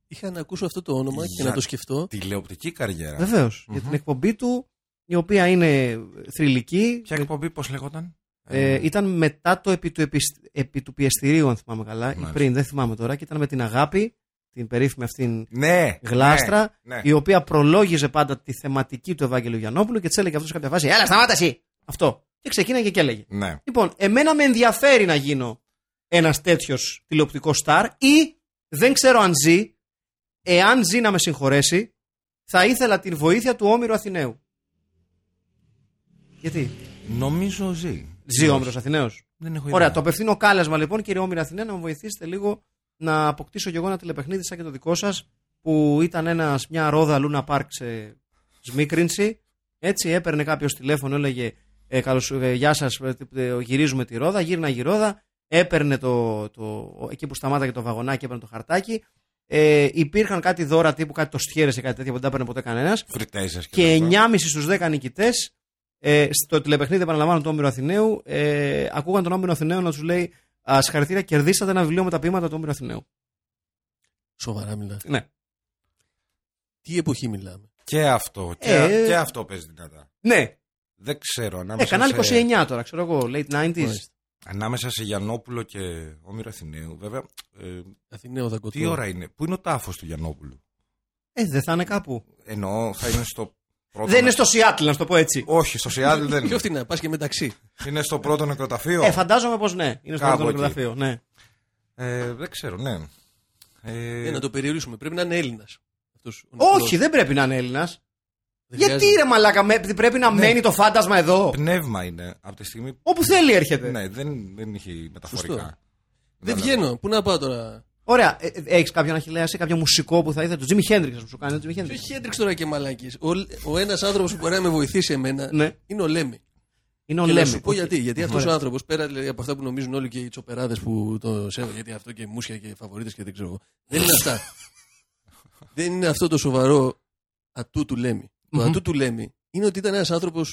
E: Είχα να ακούσω αυτό το όνομα και
D: Για-
E: να το σκεφτώ.
D: Τηλεοπτική καριέρα.
C: Βεβαίως. Για
D: Μμμ.
C: την εκπομπή του, η οποία είναι θρηλυκή.
D: Ποια εκπομπή, πώς λέγονταν.
C: Ε, ήταν μετά το επί του, επισ- επί του πιεστηρίου, αν θυμάμαι καλά, ή
D: Μάλιστα.
C: πριν, δεν θυμάμαι τώρα, και ήταν με την αγάπη, την περίφημη αυτήν
D: ναι,
C: γλάστρα,
D: ναι, ναι.
C: η οποία προλόγιζε πάντα τη θεματική του Ευάγγελου Γιαννόπουλου και της έλεγε αυτός σε κάποια φάση: Έλα, σταμάτα εσύ! Αυτό. Και ξεκίναγε και έλεγε.
D: Ναι.
C: Λοιπόν, εμένα με ενδιαφέρει να γίνω ένας τέτοιος τηλεοπτικός στάρ ή δεν ξέρω αν ζει. Εάν ζει να με συγχωρέσει, θα ήθελα την βοήθεια του Όμηρου Αθηναίου. Γιατί.
D: Νομίζω ζει.
C: Ζει ο Όμηρος Αθηναίος.
D: Δεν έχω
C: Ωραία,
D: ιδέα.
C: το απευθύνω κάλεσμα λοιπόν, κύριε Όμηρο Αθηναίου, να μου βοηθήσετε λίγο να αποκτήσω κι εγώ ένα τηλεπαιχνίδι σαν και το δικό σας, που ήταν ένας, μια ρόδα Λούνα Πάρκ σε σμίκρινση. Έτσι έπαιρνε κάποιος τηλέφωνο, έλεγε ε, καλώς, ε, Γεια σας, γυρίζουμε τη ρόδα, γύρνα η ρόδα. Έπαιρνε το, το, εκεί που σταμάταγε το βαγονάκι, έπαιρνε το χαρτάκι. Ε, υπήρχαν κάτι δώρα τύπου, κάτι το στιέρε ή κάτι τέτοιο που δεν τα έπαιρνε ποτέ κανένας.
D: Φριτέζες
C: Και
D: τα λοιπά.
C: 9,5 στου 10 νικητές ε, στο τηλεπαιχνίδι, επαναλαμβάνω, του Όμηρου Αθηναίου, ε, ακούγαν τον Όμηρο Αθηναίου να τους λέει «Α, Συγχαρητήρια, κερδίσατε ένα βιβλίο με τα ποίηματα του Όμηρου Αθηναίου.
E: Σοβαρά μιλά.
C: Ναι.
E: Τι εποχή μιλάμε.
D: Και αυτό. Και,
C: Ε,
D: και αυτό παίζει δυνατά.
C: Ναι.
D: Δεν ξέρω.
C: Ε,
D: Ανάμεσα,
C: κανάλι
D: σε,
C: 29 τώρα, ξέρω εγώ, late 90s.
E: Μάλιστα.
D: ανάμεσα σε Γιαννόπουλο και Όμηρο Αθηναίου, βέβαια. Ε,
E: Αθηναίο δαγκωτό.
D: τι ώρα είναι, πού είναι ο τάφος του Γιαννόπουλου.
C: Ε, δεν θα είναι κάπου.
D: Εννοώ, θα είναι στο πρώτο.
C: Δεν είναι στο Seattle, να σου το πω έτσι.
D: Όχι, στο Σιάτλ δεν
E: Πιο
D: είναι.
E: φθηνά, πας και μεταξύ.
D: είναι στο πρώτο νεκροταφείο.
C: Ε, φαντάζομαι πως ναι. Είναι στο
D: Κάπου
C: πρώτο
D: εκεί.
C: γραφείο. Ναι.
D: Ε, δεν ξέρω, ναι. Ε,
E: Ε, να το περιορίσουμε. Πρέπει να είναι Έλληνας.
C: Όχι, δεν πρέπει να είναι Έλληνας. Γιατί
E: χρειάζεται.
C: ρε Μαλάκα, με- πρέπει να
D: Ναι.
C: μένει το φάντασμα εδώ.
D: Πνεύμα είναι από τη στιγμή που.
C: Όπου θέλει έρχεται.
D: Ναι, δεν, δεν έχει μεταφορικά.
E: Σωστό. Δεν βγαίνω. Πού να πάω τώρα.
C: Ωραία, έχεις κάποιον αχηλέα ή κάποιο μουσικό που θα ήθελε. Του Τζίμι Χέντριξ, να σου κάνει. τον Jimi Hendrix.
E: Ποιο Χέντριξ τώρα και μαλάκι. Ο, ο ένας άνθρωπος που μπορεί να με βοηθήσει εμένα
C: Ναι.
E: είναι ο Λέμι.
C: Είναι ο
E: Και να
C: Λέμε.
E: σου πω
C: Οκ.
E: γιατί. Γιατί αυτός ο
C: Ωραία.
E: άνθρωπος, πέρα δηλαδή, από αυτά που νομίζουν όλοι και οι τσοπεράδες που το σέβονται, γιατί αυτό και μουσια και φαβορίτες και δεν ξέρω εγώ. Δεν είναι αυτά. δεν είναι αυτό το σοβαρό ατού του Λέμι. Το
C: Μμμ.
E: ατού του Λέμι είναι ότι ήταν ένας άνθρωπος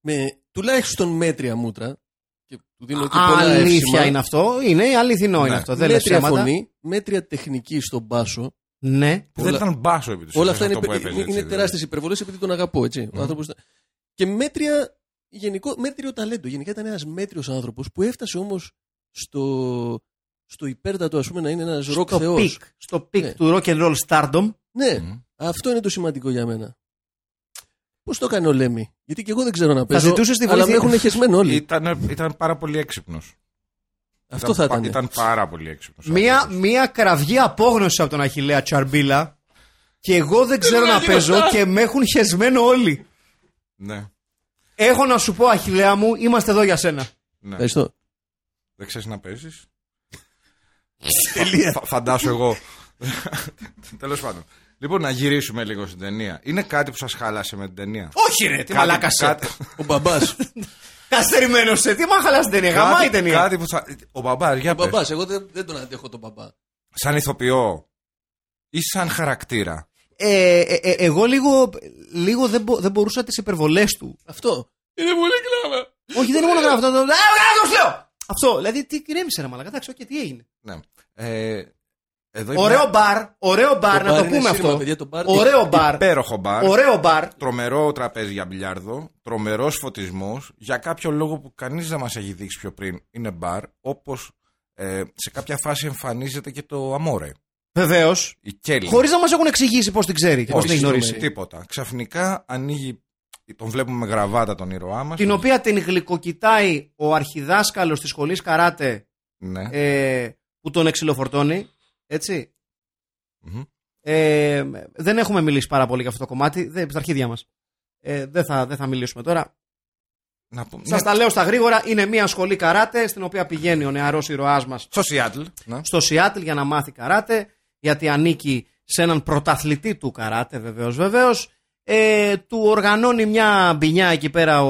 E: με τουλάχιστον μέτρια μούτρα. Και του δίνω και πολλά
C: Αλήθεια
E: εύσημα.
C: είναι αυτό. Είναι αληθινό είναι
D: Ναι.
C: αυτό. Δεν λες
E: Μέτρια
C: ψέματα.
E: φωνή, μέτρια τεχνική στον μπάσο.
C: Ναι.
D: Δεν
E: Όλα-
D: ήταν μπάσο επί του
E: Όλα αυτά είναι,
D: που έπαιζε,
E: είναι,
D: έτσι,
E: είναι
D: δηλαδή.
E: τεράστιες υπερβολές επειδή τον αγαπώ. Έτσι. Ο
D: Μμμ.
E: άνθρωπος... ήταν- Και μέτρια, γενικό, μέτριο ταλέντο. Γενικά ήταν ένας μέτριος άνθρωπος που έφτασε όμως στο, στο υπέρτατο, ας πούμε, να είναι ένας ροκ
C: στο
E: θεός.
C: πικ, στο πικ
E: Ναι.
C: του rock and roll stardom.
E: Ναι,
D: Μμμ.
E: αυτό είναι το σημαντικό για μένα. Πώς το έκανε ο Λέμι, Γιατί και εγώ δεν ξέρω να παίζω.
C: ζητούσες τη
E: Αλλά με
C: βοήθεια.
E: έχουν χεσμένο όλοι.
D: Ήταν, ήταν πάρα πολύ έξυπνος.
E: Αυτό θα ήταν.
D: Ήταν πάρα πολύ έξυπνος.
C: Μία, μία κραυγή απόγνωσης από τον Αχηλέα Τσαρμπίλα. Και εγώ δεν ξέρω να παίζω και με έχουν χεσμένο όλοι.
D: Ναι.
C: Έχω να σου πω, Αχηλέα μου, είμαστε εδώ για σένα.
D: ναι.
E: Ευχαριστώ.
D: Δεν ξέρεις να παίζεις. Τελεία. Φαντάσου εγώ. Τέλος πάντων. Λοιπόν, να γυρίσουμε λίγο στην ταινία. Είναι κάτι που σας χάλασε με την ταινία.
C: Όχι, ρε, τι
D: Κάτι-
C: μαλάκασε.
D: κάτι-
E: Ο μπαμπάς.
C: Καστερημένο σε, τι μα χαλάσει την ταινία. Ε, Γαμάει η
D: κάτι-
C: ταινία.
D: Κάτι που θα. Ο μπαμπάς, για
E: Ο
D: πες.
E: μπαμπάς. Εγώ δεν, δεν τον αντέχω τον μπαμπά.
D: Σαν ηθοποιό ή σαν χαρακτήρα.
C: Ε, ε, ε, εγώ λίγο, λίγο δεν, μπο- δεν μπορούσα τις υπερβολές του.
E: Αυτό. Είναι πολύ κλάμα.
C: Όχι, δεν είναι μόνο αυτό. Το... «Α, βγάλε ε, το σου λέω! Αυτό. Δηλαδή, τι κρέμισε ένα μαλακά. Εντάξει, οκ, τι έγινε.
D: Ναι. Ε, εδώ είναι
C: Ωραίο
D: ένα
C: μπαρ, ωραίο μπαρ,
E: μπαρ
C: να το
E: είναι
C: πούμε
E: σύρμα,
C: αυτό.
E: παιδιά, το μπαρ-
C: Ωραίο μπαρ.
D: Υπέροχο μπαρ.
C: Ωραίο μπαρ.
D: Τρομερό τραπέζι για μπιλιάρδο, τρομερός φωτισμός. Για κάποιο λόγο που κανείς δεν μας έχει δείξει πιο πριν, είναι μπαρ. Όπως ε, σε κάποια φάση εμφανίζεται και το αμόρε.
C: Βεβαίως.
D: Η Κέλλη.
C: Χωρίς να μας έχουν εξηγήσει πώς την ξέρει και πώς
D: Όχι,
C: την έχει γνωρίσει.
D: Τίποτα. Ξαφνικά ανοίγει. Τον βλέπουμε με γραβάτα τον ήρωά μας.
C: Την οποία την γλυκοκοιτάει ο αρχιδάσκαλος της σχολής Καράτε
D: Ναι.
C: ε, που τον εξυλοφορτώνει. Έτσι.
D: Μμμ.
C: Ε, δεν έχουμε μιλήσει πάρα πολύ για αυτό το κομμάτι. Δεν, στα αρχίδια μας. Ε, δεν, θα, δεν θα μιλήσουμε τώρα.
D: Να Ναι. πούμε.
C: Σα τα λέω στα γρήγορα. Είναι μια σχολή καράτε στην οποία πηγαίνει ο νεαρός ηρωά μας
D: Στο Σιάτλ. Ναι.
C: στο Σιάτλ για να μάθει καράτε. Γιατί ανήκει σε έναν πρωταθλητή του καράτε, βεβαίως, βεβαίως. Ε, του οργανώνει μια μπινιά εκεί πέρα ο,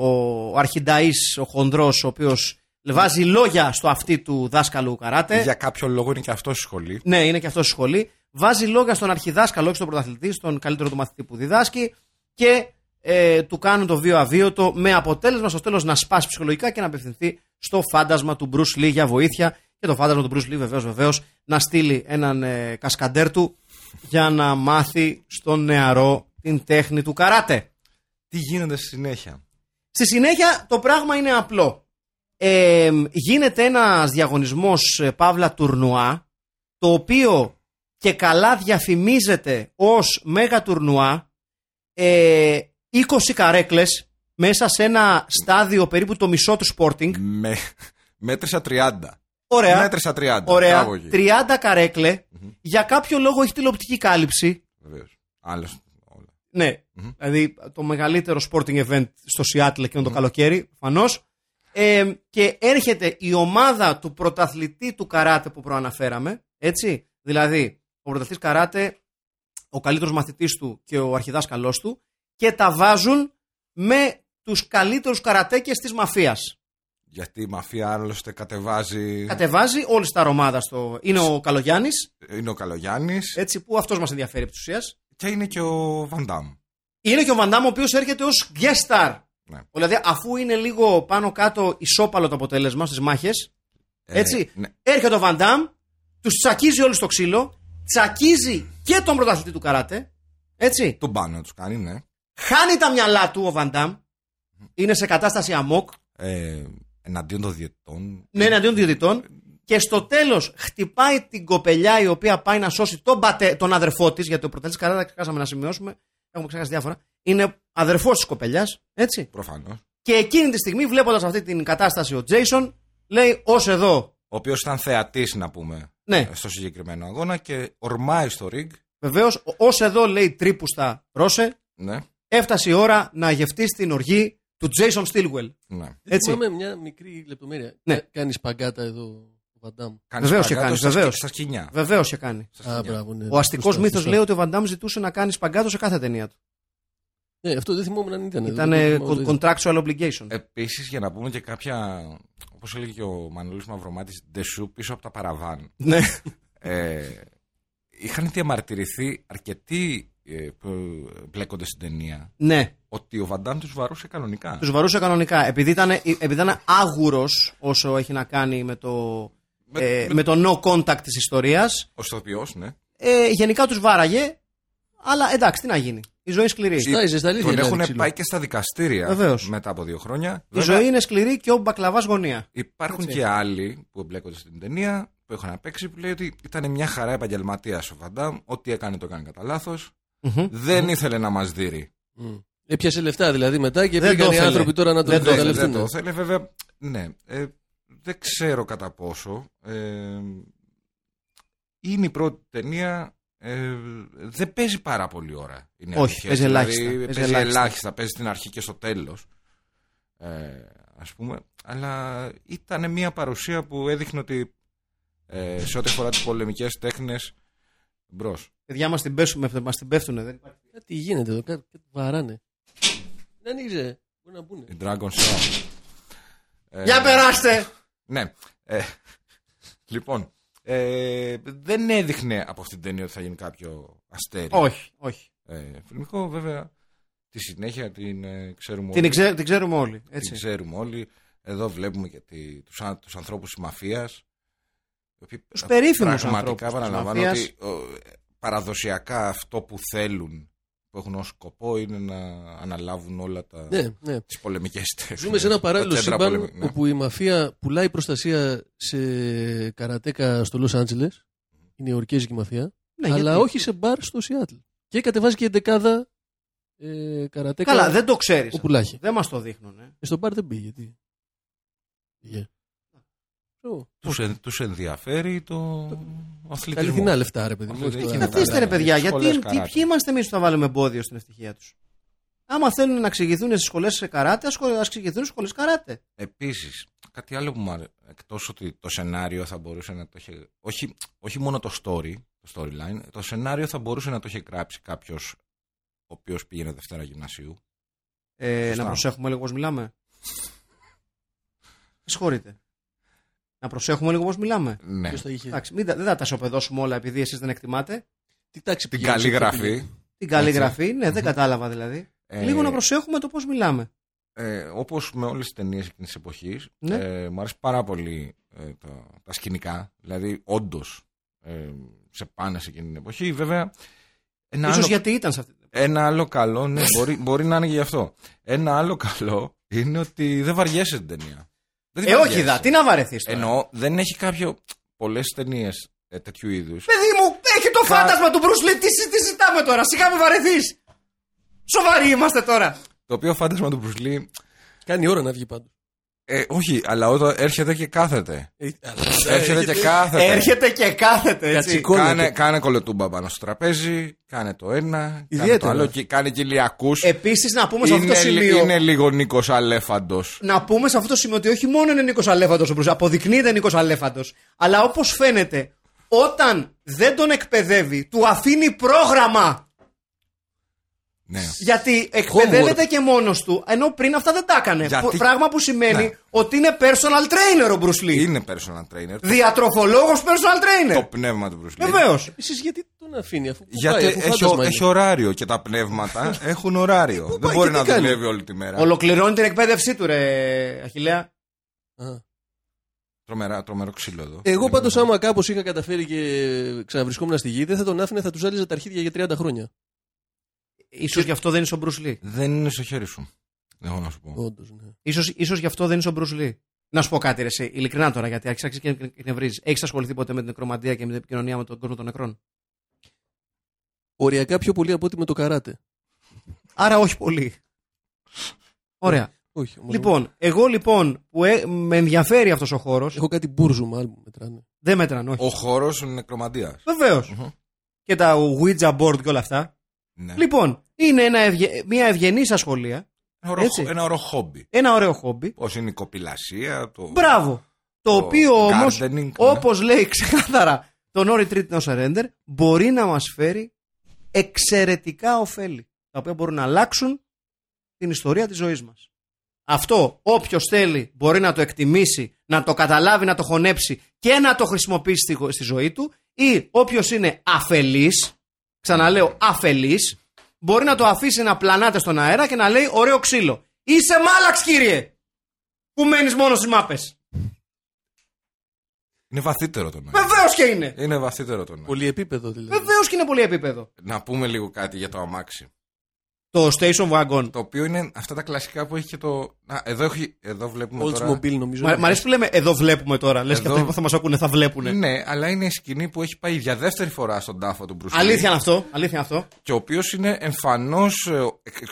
C: ο, ο αρχινταής, ο χονδρός, ο οποίος βάζει λόγια στο αυτί του δάσκαλου καράτε.
D: Για κάποιο λόγο είναι και αυτό στη σχολή.
C: Ναι, είναι και αυτό στη σχολή. Βάζει λόγια στον αρχιδάσκαλο, όχι στον πρωταθλητή, στον καλύτερο του μαθητή που διδάσκει και ε, του κάνουν το βίο αβίωτο με αποτέλεσμα στο τέλος να σπάσει ψυχολογικά και να απευθυνθεί στο φάντασμα του Bruce Lee για βοήθεια. Και το φάντασμα του Bruce Lee βεβαίως βεβαίως να στείλει έναν ε, κασκαντέρ του για να μάθει στον νεαρό την τέχνη του καράτε.
D: Τι γίνεται στη συνέχεια.
C: Στη συνέχεια το πράγμα είναι απλό. Ε, γίνεται ένας διαγωνισμός ε, Παύλα Τουρνουά το οποίο και καλά διαφημίζεται ως Μέγα Τουρνουά ε, 20 καρέκλες μέσα σε ένα στάδιο περίπου το μισό του Sporting.
D: Με... Μέτρησα 30.
C: Ωραία.
D: Μέτρησα 30.
C: Ωραία.
D: Μπράβο εκεί.
C: 30 καρέκλε. Για κάποιο λόγο έχει τηλεοπτική κάλυψη.
D: Βεβαίως. Άλλος- όλα.
C: Ναι. Δηλαδή το μεγαλύτερο sporting event στο Seattle εκείνο το καλοκαίρι, προφανώ. Ε, και έρχεται η ομάδα του πρωταθλητή του καράτε που προαναφέραμε. Έτσι. Δηλαδή, ο πρωταθλητής καράτε, ο καλύτερος μαθητής του και ο αρχιδάσκαλός του και τα βάζουν με τους καλύτερους καρατέκες της μαφίας.
D: Γιατί η μαφία άλλωστε κατεβάζει.
C: Κατεβάζει όλη τα ομάδα στο... Είναι ο Καλογιάννης,
D: Είναι ο Καλογιάννης
C: έτσι, που αυτός μας ενδιαφέρει επί της ουσίας.
D: και είναι και ο Βαντάμ.
C: Είναι και ο Βαντάμ ο οποίος έρχεται ως guest star.
D: Ναι.
C: Δηλαδή, αφού είναι λίγο πάνω κάτω ισόπαλο το αποτέλεσμα στις μάχες, έτσι.
D: ναι.
C: Έρχεται ο Βαντάμ, τους τσακίζει όλους στο ξύλο, τσακίζει και τον πρωταθλητή του καράτε. Έτσι.
D: Τον πάνω τους κάνει, ναι.
C: Χάνει τα μυαλά του ο Βαντάμ. Είναι σε κατάσταση αμόκ.
D: Ε, εναντίον των διαιτητών.
C: Ναι, εναντίον διαιτητών. Και στο τέλος χτυπάει την κοπελιά η οποία πάει να σώσει τον, πατέ, τον αδερφό της. Γιατί ο πρωταθλητής καράτας, ξεχάσαμε να σημειώσουμε. Έχουμε ξεχάσει διάφορα. Είναι αδερφός της κοπελιάς. Έτσι.
D: Προφανώς.
C: Και εκείνη τη στιγμή, βλέποντας αυτή την κατάσταση, ο Τζέισον λέει: Ως εδώ.
D: Ο οποίος ήταν θεατής, να πούμε,
C: Ναι,
D: στο συγκεκριμένο αγώνα και ορμάει στο ριγκ.
C: βεβαίως, ως εδώ λέει τρίπουστα Ρώσε.
D: Ναι,
C: Έφτασε η ώρα να γευτεί την οργή του Τζέισον Στίλουελ.
D: ναι.
E: Δεν
C: Έτσι.
E: θυμάμαι μια μικρή λεπτομέρεια.
C: Ναι.
E: Κάνεις παγκάτα εδώ ο Βαντάμ.
D: Κάνεις
C: Βεβαίως και
D: παγκάτο
C: κάνεις,
D: στα σκ-
C: βεβαίως.
D: Στα σκηνιά.
C: Βεβαίως και κάνει.
D: Στα
E: Α,
D: σκηνιά.
E: μπράβο, ναι.
C: Ο αστικός
E: Σωστά,
C: μύθο
E: σωστά.
C: λέει ότι ο Βαντάμ ζητούσε να κάνεις σπαγκάτο σε κάθε ταινία του.
E: Ναι, αυτό δεν θυμόμουν αν ήταν.
C: Ήταν
E: Δεν
C: ε,
E: θυμάμαι το
C: con- contractual
D: Ε,
C: obligation.
D: Επίσης, για να πούμε και κάποια. Όπως έλεγε και ο Μανώλης Μαυρομάτης, ντεσού πίσω από τα παραβάν.
C: Ναι.
D: Ε, είχαν διαμαρτυρηθεί αρκετοί ε, που μπλέκονται στην ταινία
C: Ναι,
D: ότι ο Βαντάμ τους βαρούσε κανονικά.
C: τους βαρούσε κανονικά. Επειδή ήταν, επειδή ήταν άγουρος όσο έχει να κάνει με το,
D: Με-
C: ε,
D: με-
C: με το no contact της ιστορίας,
D: Ο ηθοποιό, ναι.
C: ε, γενικά τους βάραγε. Αλλά εντάξει, τι να γίνει. Η ζωή είναι σκληρή.
E: Ζεστά, η ζεσταλή
D: Τον
E: είναι
D: έχουν
E: ξύλο.
D: πάει και στα δικαστήρια
C: Βεβαίως.
D: μετά από δύο χρόνια.
C: Η ζωή είναι σκληρή και ο μπακλαβάς γωνία.
D: Υπάρχουν
E: Έτσι.
D: και άλλοι που εμπλέκονται στην ταινία που έχουν παίξει που λέει ότι ήταν μια χαρά επαγγελματίας ο Βαντάμ. Ό,τι έκανε το έκανε κατά λάθος. Δεν ήθελε να μας δίνει.
E: Μμ. Έπιασε λεφτά δηλαδή μετά και
C: Δεν το
E: πήγαν οι
C: ήθελε.
E: άνθρωποι τώρα να τον
C: Δεν το
D: Δεν
E: εκμεταλλευτούν.
D: το ήθελε, βέβαια. Ναι. Ε, Δεν ξέρω κατά πόσο. Ε, είναι η πρώτη ταινία. Ε, δεν παίζει πάρα πολύ ώρα. Είναι
C: Όχι,
D: αλήθεια.
C: παίζει
D: Δηλαδή,
C: ελάχιστα, παίζει
D: Παίζει
C: ελάχιστα.
D: ελάχιστα. Παίζει στην αρχή και στο τέλος. Ε, ας πούμε. Αλλά ήταν μια παρουσία που έδειχνε ότι ε, σε ό,τι αφορά τις πολεμικές τέχνες. Μπρος.
C: Παιδιά μας την πέσουν, μας την πέφτουνε. Δεν υπάρχει.
E: Κάτι γίνεται εδώ, κάτι, κάτι βαράνε. Δεν ανοίξε. Μπορεί να μπουν.
D: Η Dragon Song. Ε,
C: Για περάστε!
D: Ναι. Ε, λοιπόν, ε, δεν έδειχνε από αυτήν την ταινία ότι θα γίνει κάποιο αστέρι.
C: όχι, όχι.
D: Ε, φιλμικό, βέβαια, τη συνέχεια την ε, ξέρουμε
C: Την,
D: όλοι.
C: εξε- την ξέρουμε όλοι.
D: Την
C: Έτσι.
D: ξέρουμε όλοι. Εδώ βλέπουμε και τη, τους, αν- τους ανθρώπους της μαφίας. οι οποίοι
C: Τους περίφημους ανθρώπους
D: Πραγματικά
C: της
D: παραλαμβάνω
C: μαφίας.
D: ότι ο, ε, παραδοσιακά αυτό που θέλουν, που έχουν ως σκοπό, είναι να αναλάβουν όλα τα...
E: Ναι, ναι.
D: Τις πολεμικές τέχνες.
E: Ζούμε σε ένα
D: τα
E: παράλληλο
D: κέντρα
E: σύμπαν
D: πολεμι- ναι.
E: όπου η μαφία πουλάει προστασία σε καρατέκα στο Λος Άντζελες. Είναι η Ορκέζικη μαφία.
C: Ναι,
E: αλλά
C: γιατί-
E: όχι σε μπαρ στο Σιάτλ. Και κατεβάζει και εντεκάδα ε, καρατέκα
C: Καλά, δεν το ξέρεις.
E: ο Πουλάχη.
C: Δεν μας το δείχνουν. Ε.
E: Ε, στο μπαρ δεν πήγε. Γιατί. Πήγε. Ω,
D: Τους, εν- τους ενδιαφέρει το
E: Τα
D: αθλητισμό.
E: αληθινά λεφτά, ρε παιδί μου.
D: Αυτό
E: όχι
D: δεν
E: τα-
D: γίνεται.
E: τα-
C: Καθίστε ρε
D: Ε, καλά, ναι.
C: παιδιά,
D: οι
C: γιατί
D: σχολές
C: τι-
D: καράτε.
C: ποιοι είμαστε εμείς που θα βάλουμε εμπόδιο στην ευτυχία τους. Άμα θέλουν να εξηγηθούν στις σχολές σε καράτε, ας εξηγηθούν στις σχολές καράτε.
D: Επίσης, κάτι άλλο που μου αρέσει, εκτός ότι το σενάριο θα μπορούσε να το είχε... Όχι, όχι μόνο το story, το storyline, το σενάριο θα μπορούσε να το είχε γράψει κάποιος ο οποίος πήγαινε Δευτέρα Γυμνασίου.
C: Ε,
D: Σωστά.
C: να προσέχουμε λίγο πώς μιλάμε. Με Συγχωρείτε. Να προσέχουμε λίγο πώς μιλάμε.
D: Ναι.
E: Ποιος τα είχε.
C: Εντάξει, μην τα- δεν θα τα σοπεδώσουμε όλα επειδή εσείς δεν εκτιμάτε.
E: Τι τάξη
D: Την
E: πήγαινε,
D: καλή
E: σε ποιο
D: γραφή.
E: πήγαινε.
C: Την καλή
D: Έτσι.
C: γραφή, ναι, δεν
D: Μμμ.
C: κατάλαβα δηλαδή.
D: Ε,
C: Λίγο να προσέχουμε το πώς μιλάμε.
D: ε, όπως με όλες τις ταινίες εκείνης της εποχής,
C: Ναι.
D: ε, μου αρέσει πάρα πολύ ε, τα, τα σκηνικά. Δηλαδή, όντως, ε, σε πάνε σε εκείνη την εποχή. Βέβαια, ένα
C: Ίσως
D: άλλο
C: γιατί ήταν σε αυτή.
D: Ένα άλλο καλό, ναι, μπορεί, μπορεί να είναι και γι' αυτό. Ένα άλλο καλό είναι ότι δεν βαριέσαι την ταινία. Δεν
C: Ε,
D: βαριέσαι.
C: όχι, δα, τι να βαρεθείς τώρα.
D: Εννοώ, δεν έχει κάποιο. Πολλές ταινίες τέτοιου είδους.
C: Παιδί μου, έχει το
D: Κα-
C: φάντασμα του Bruce Lee. Τι, συ- τι συζητάμε τώρα, σιγά με βαρεθείς. Σοβαροί είμαστε τώρα.
D: Το οποίο φάντασμα του Μπρουσλί.
E: Κάνει ώρα να βγει πάντως.
D: Ε, όχι, αλλά όταν έρχεται και κάθεται.
E: Ε, αλλά-
D: Έρχεται και κάθεται.
C: Έρχεται και κάθεται έτσι.
E: Κατσικό.
D: Κάνε, κάνε κολοτούμπα πάνω στο τραπέζι, κάνε το ένα, κάνε το
E: Ιδιαίτερα.
D: άλλο, και κάνε κυλιακούς.
C: Επίσης, να πούμε Ε, σε αυτό
D: είναι,
C: το σημείο.
D: είναι λίγο Νίκος Αλέφαντος.
C: Να πούμε σε αυτό το σημείο ότι όχι μόνο είναι Νίκος Αλέφαντος ο Bruce, αποδεικνύεται Νίκος Αλέφαντος, αλλά όπως φαίνεται, όταν δεν τον εκπαιδεύει, του αφήνει πρόγραμμα.
D: Ναι.
C: Γιατί εκπαιδεύεται και μόνος του, ενώ πριν αυτά δεν τα έκανε.
D: Γιατί-
C: Που- Πράγμα που σημαίνει
D: Ναι.
C: ότι είναι personal trainer ο Bruce Lee.
D: Είναι personal trainer.
C: Διατροφολόγος personal
D: Το Ναι.
C: trainer.
D: πνεύμα του Μπρουσλί.
C: Βεβαίως.
E: Εσείς γιατί τον αφήνει αφού
D: Γιατί
E: πάει, αφού
D: έχει,
E: φάντασμα είναι.
D: έχει ωράριο και τα πνεύματα έχουν ωράριο. Δεν
E: πάει
D: μπορεί
E: και
D: να
E: τι κάνει.
D: δουλεύει όλη τη μέρα.
C: Ολοκληρώνει την εκπαίδευσή του, ρε Αχηλέα.
E: Α.
D: Τρομερά, τρομερό ξύλο εδώ.
E: Εγώ
D: Δεν
E: πάντως
D: είναι-
E: άμα κάπως είχα καταφέρει και ξαναβρισκόμουν στη γη, δεν θα τον άφηνα, θα τους ζάλιζα τα αρχίδια για 30 χρόνια.
C: Ίσως γι' αυτό δεν είσαι ο Bruce Lee.
D: Δεν είναι στο χέρι σου. Έχω να σου πω.
E: Όντως, ναι.
C: Ίσως, ίσως γι' αυτό δεν είσαι ο Bruce Lee. Να σου πω κάτι, ρε, εσύ, ειλικρινά τώρα, γιατί άρχισα και εκνευρίζει. Έχεις ασχοληθεί ποτέ με την νεκρομαντία και με την επικοινωνία με τον κόσμο των νεκρών.
E: Οριακά πιο πολύ από ό,τι με το καράτε.
C: Άρα όχι πολύ. Ωραία.
E: Όχι, όμως
C: λοιπόν, εγώ λοιπόν που ε, με ενδιαφέρει αυτός ο χώρος.
E: Έχω κάτι μπούρζουμα άλλο που μετράνε.
C: Δεν μέτραν, όχι.
D: Ο χώρος είναι νεκρομαντία.
C: Βεβαίως.
D: Μμμ.
C: Και τα Ouija board και όλα αυτά.
D: Ναι.
C: Λοιπόν, είναι ένα ευγε- μια ευγενής ασχολία.
D: Ένα ωραίο
C: έτσι.
D: χο- ένα ωραίο χόμπι.
C: Ένα ωραίο χόμπι.
D: Πώς είναι η κοπηλασία, το.
C: Μπράβο. Το
D: Το
C: οποίο όμως,
D: gardening, ναι.
C: όπως λέει ξεκάθαρα το No Retreat No Surrender, μπορεί να μας φέρει εξαιρετικά ωφέλη. Τα οποία μπορούν να αλλάξουν την ιστορία της ζωής μας. Αυτό όποιος θέλει μπορεί να το εκτιμήσει, να το καταλάβει, να το χωνέψει και να το χρησιμοποιήσει στη, γο- στη ζωή του. Ή όποιος είναι αφελής, ξαναλέω αφελής, μπορεί να το αφήσει να πλανάται στον αέρα και να λέει ωραίο ξύλο. Είσαι μάλαξ, κύριε! Που μένεις μόνο στις μάπες.
D: Είναι βαθύτερο το νόημα.
C: Βεβαίως και είναι.
D: Είναι βαθύτερο το νόημα.
C: Ε,
E: Πολυεπίπεδο δηλαδή.
C: Βεβαίως και είναι πολύ επίπεδο.
D: Να πούμε λίγο κάτι για το αμάξι.
C: Το Station Wagon.
D: Το οποίο είναι αυτά τα κλασικά που έχει και το. Α, εδώ, έχει, εδώ βλέπουμε. τώρα...
E: Oldsmobile νομίζω. ναι.
C: Μ' αρέ- μ' αρέσει που λέμε εδώ βλέπουμε τώρα. Λες και
D: Εδώ-
C: αυτοί που θα μας ακούνε θα βλέπουν.
D: Ναι, αλλά είναι η σκηνή που έχει πάει για δεύτερη φορά στον τάφο του Bruce Lee.
C: Αλήθεια είναι αυτό. Αλήθεια είναι αυτό.
D: Και ο οποίος είναι ε, εμφανώ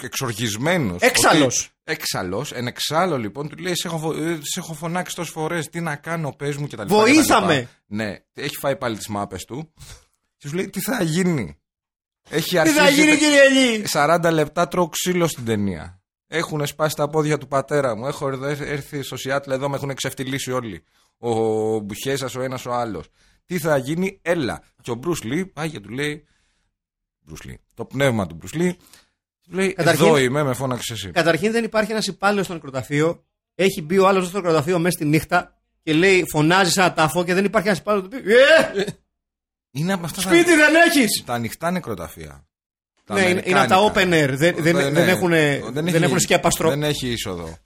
D: εξοργισμένος.
C: Έξαλλος.
D: Έξαλλος. Εν εξάλλου λοιπόν του λέει: Σε έχω, φο- ε, σε έχω φωνάξει τόσες φορές. Τι να κάνω, πες μου κτλ.
C: Βοήθαμε.
D: κτλ. Ναι, έχει φάει πάλι τις μάπες του. Και σου λέει: Τι θα γίνει. Έχει
C: Τι
D: αρχίσει.
C: θα γίνει, κύριε Ελί.
D: 40 λεπτά τρώω ξύλο στην ταινία. Έχουν σπάσει τα πόδια του πατέρα μου. Έχω ερ- έρθει στο Σιάτλ εδώ, με έχουν ξεφτυλίσει όλοι. Ο Μπουχέσα, ο ένας, ο άλλος. Τι θα γίνει, έλα. Και ο Μπρουσ Λί πάει και του λέει. Μπρουσ Λί. Το πνεύμα του Μπρουσ Λί. Του λέει:
C: Καταρχήν- Ε,
D: Εδώ είμαι, με φώναξε εσύ.
C: Καταρχήν δεν υπάρχει ένας υπάλληλος στο νεκροταφείο. Έχει μπει ο άλλος στο νεκροταφείο μέσα στη νύχτα και λέει, φωνάζει σαν ένα τάφο και δεν υπάρχει ένας υπάλληλος που πει «Ε,
D: Είναι από αυτά τα-
C: Σπίτι δεν έχεις!
D: τα ανοιχτά νεκροταφεία. Τα
C: Ναι, είναι- είναι από τα
D: αμερικάνικα.
C: open air. Δεν, δεν,
D: Ναι,
C: δεν,
D: ναι.
C: έχουν, δεν,
D: έχει-
C: έχουν σκέπαστρο.
D: Δεν έχει είσοδο.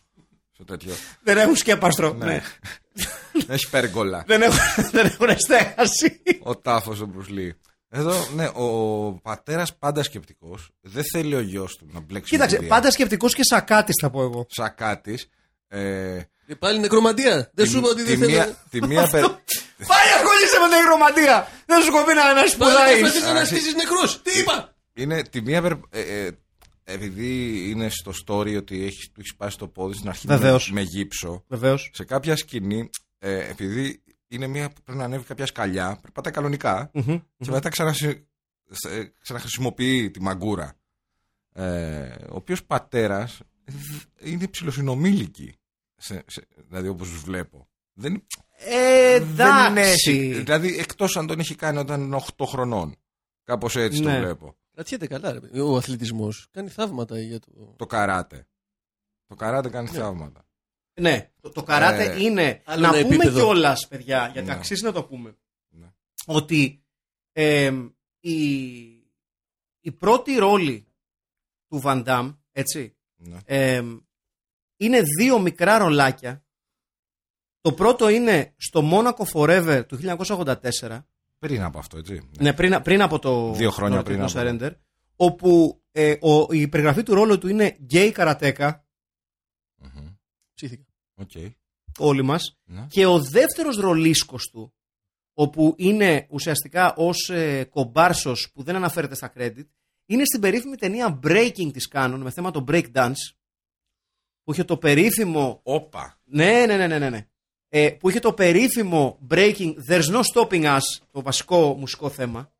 D: Στο τέτοιο.
C: Δεν έχουν σκέπαστρο.
D: Ναι.
C: ναι.
D: Δεν έχει πέργολα.
C: δεν, έχουν, δεν έχουν στέγαση.
D: ο τάφος του Μπρουσλί. Εδώ, ναι, ο πατέρας πάντα σκεπτικός. Δεν θέλει ο γιος του να μπλέξει.
C: Κοίταξε,
D: με βία.
C: πάντα σκεπτικός και σακάτης θα πω εγώ.
D: Σακάτης, Ε,
E: Και πάλι νεκρομαντία. Δεν σου είπα ότι δεν θέλω.
D: μία, τη μία περ-
C: Πάλι ασχολείσαι με την εγρωματεία! Δεν σου κοπεί να, να
E: Πάλι
C: σπουδάει.
E: προσπαθείς να
D: Άρχι-
E: αναστήσεις νεκρός. Τι είπα.
D: είναι τη μία περ- ε, ε, επειδή είναι στο story ότι έχεις, του έχεις σπάσει το πόδι στην αρχή με-
C: Βεβαίως.
D: με γύψο.
C: Βεβαίως.
D: Σε κάποια σκηνή, ε, επειδή είναι μία που πρέπει να ανέβει κάποια σκαλιά, περπατάει κανονικά, και μετά ξανασυ- σε- ξαναχρησιμοποιεί τη μαγκούρα. Ε, ο οποίος πατέρας είναι ψηλοσυνομήλικη. Σε, σε, δηλαδή, όπως τους βλέπω. Δεν, δεν έχει.
C: Ε, Εντάξει.
D: Δηλαδή, εκτός αν τον έχει κάνει όταν είναι 8 χρονών. Κάπως έτσι
C: Ναι.
D: το βλέπω.
E: Κρατιέται καλά, ρε. παιδί. Ο αθλητισμός κάνει θαύματα για το.
D: Το καράτε. Το καράτε κάνει θαύματα.
C: Ναι, το, το καράτε
D: Ε,
C: είναι.
E: άλλο
C: να
E: ένα
C: πούμε
E: επίπεδο.
C: κιόλας, παιδιά, γιατί
D: Ναι.
C: αξίζει να το πούμε.
D: Ναι.
C: Ότι ε, η, η πρώτη ρόλη του Βαντάμ, έτσι,
D: Ναι.
C: ε, είναι δύο μικρά ρολάκια. Το πρώτο είναι στο Monaco Forever του 1984.
D: Πριν από αυτό, έτσι. Ναι.
C: Ναι, πριν, πριν από το.
D: Δύο χρόνια
C: το
D: πριν
C: Latino
D: από.
C: Surrender. Όπου ε, ο, η περιγραφή του ρόλου του είναι γκέι καρατέκα,
D: Μμμ.
E: Ψήθηκα.
D: Οκ.
C: όλοι μας.
D: Ναι.
C: Και ο δεύτερος ρολίσκος του, όπου είναι ουσιαστικά ως ε, κομπάρσος που δεν αναφέρεται στα credit, είναι στην περίφημη ταινία Breaking της Canon με θέμα το breakdance. Που είχε το περίφημο.
D: Όπα.
C: Ναι, ναι, ναι, ναι, ναι. ναι. Ε, που είχε το περίφημο Breaking There's No Stopping Us, το βασικό μουσικό θέμα.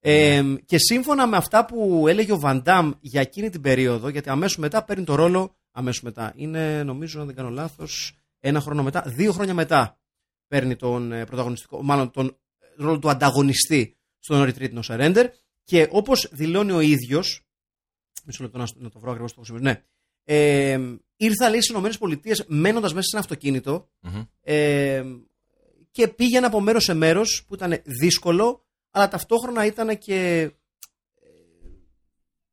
C: Ε, και σύμφωνα με αυτά που έλεγε ο Βαντάμ για εκείνη την περίοδο, γιατί αμέσως μετά παίρνει το ρόλο, αμέσως μετά, είναι νομίζω αν δεν κάνω λάθος, ένα χρόνο μετά, δύο χρόνια μετά παίρνει τον ε, πρωταγωνιστικό, μάλλον τον ε, ρόλο του ανταγωνιστή στον Retreat No Surrender και όπως δηλώνει ο ίδιος, μισό λεπτό να, σ- να το βρω ακριβώς το έχω σημειώσει, ναι, ε, ήρθα λέει στις ΗΠΑ μένοντας μέσα σε ένα αυτοκίνητο
D: Μμμ.
C: ε, και πήγαινε από μέρος σε μέρος που ήταν δύσκολο αλλά ταυτόχρονα ήταν και ε,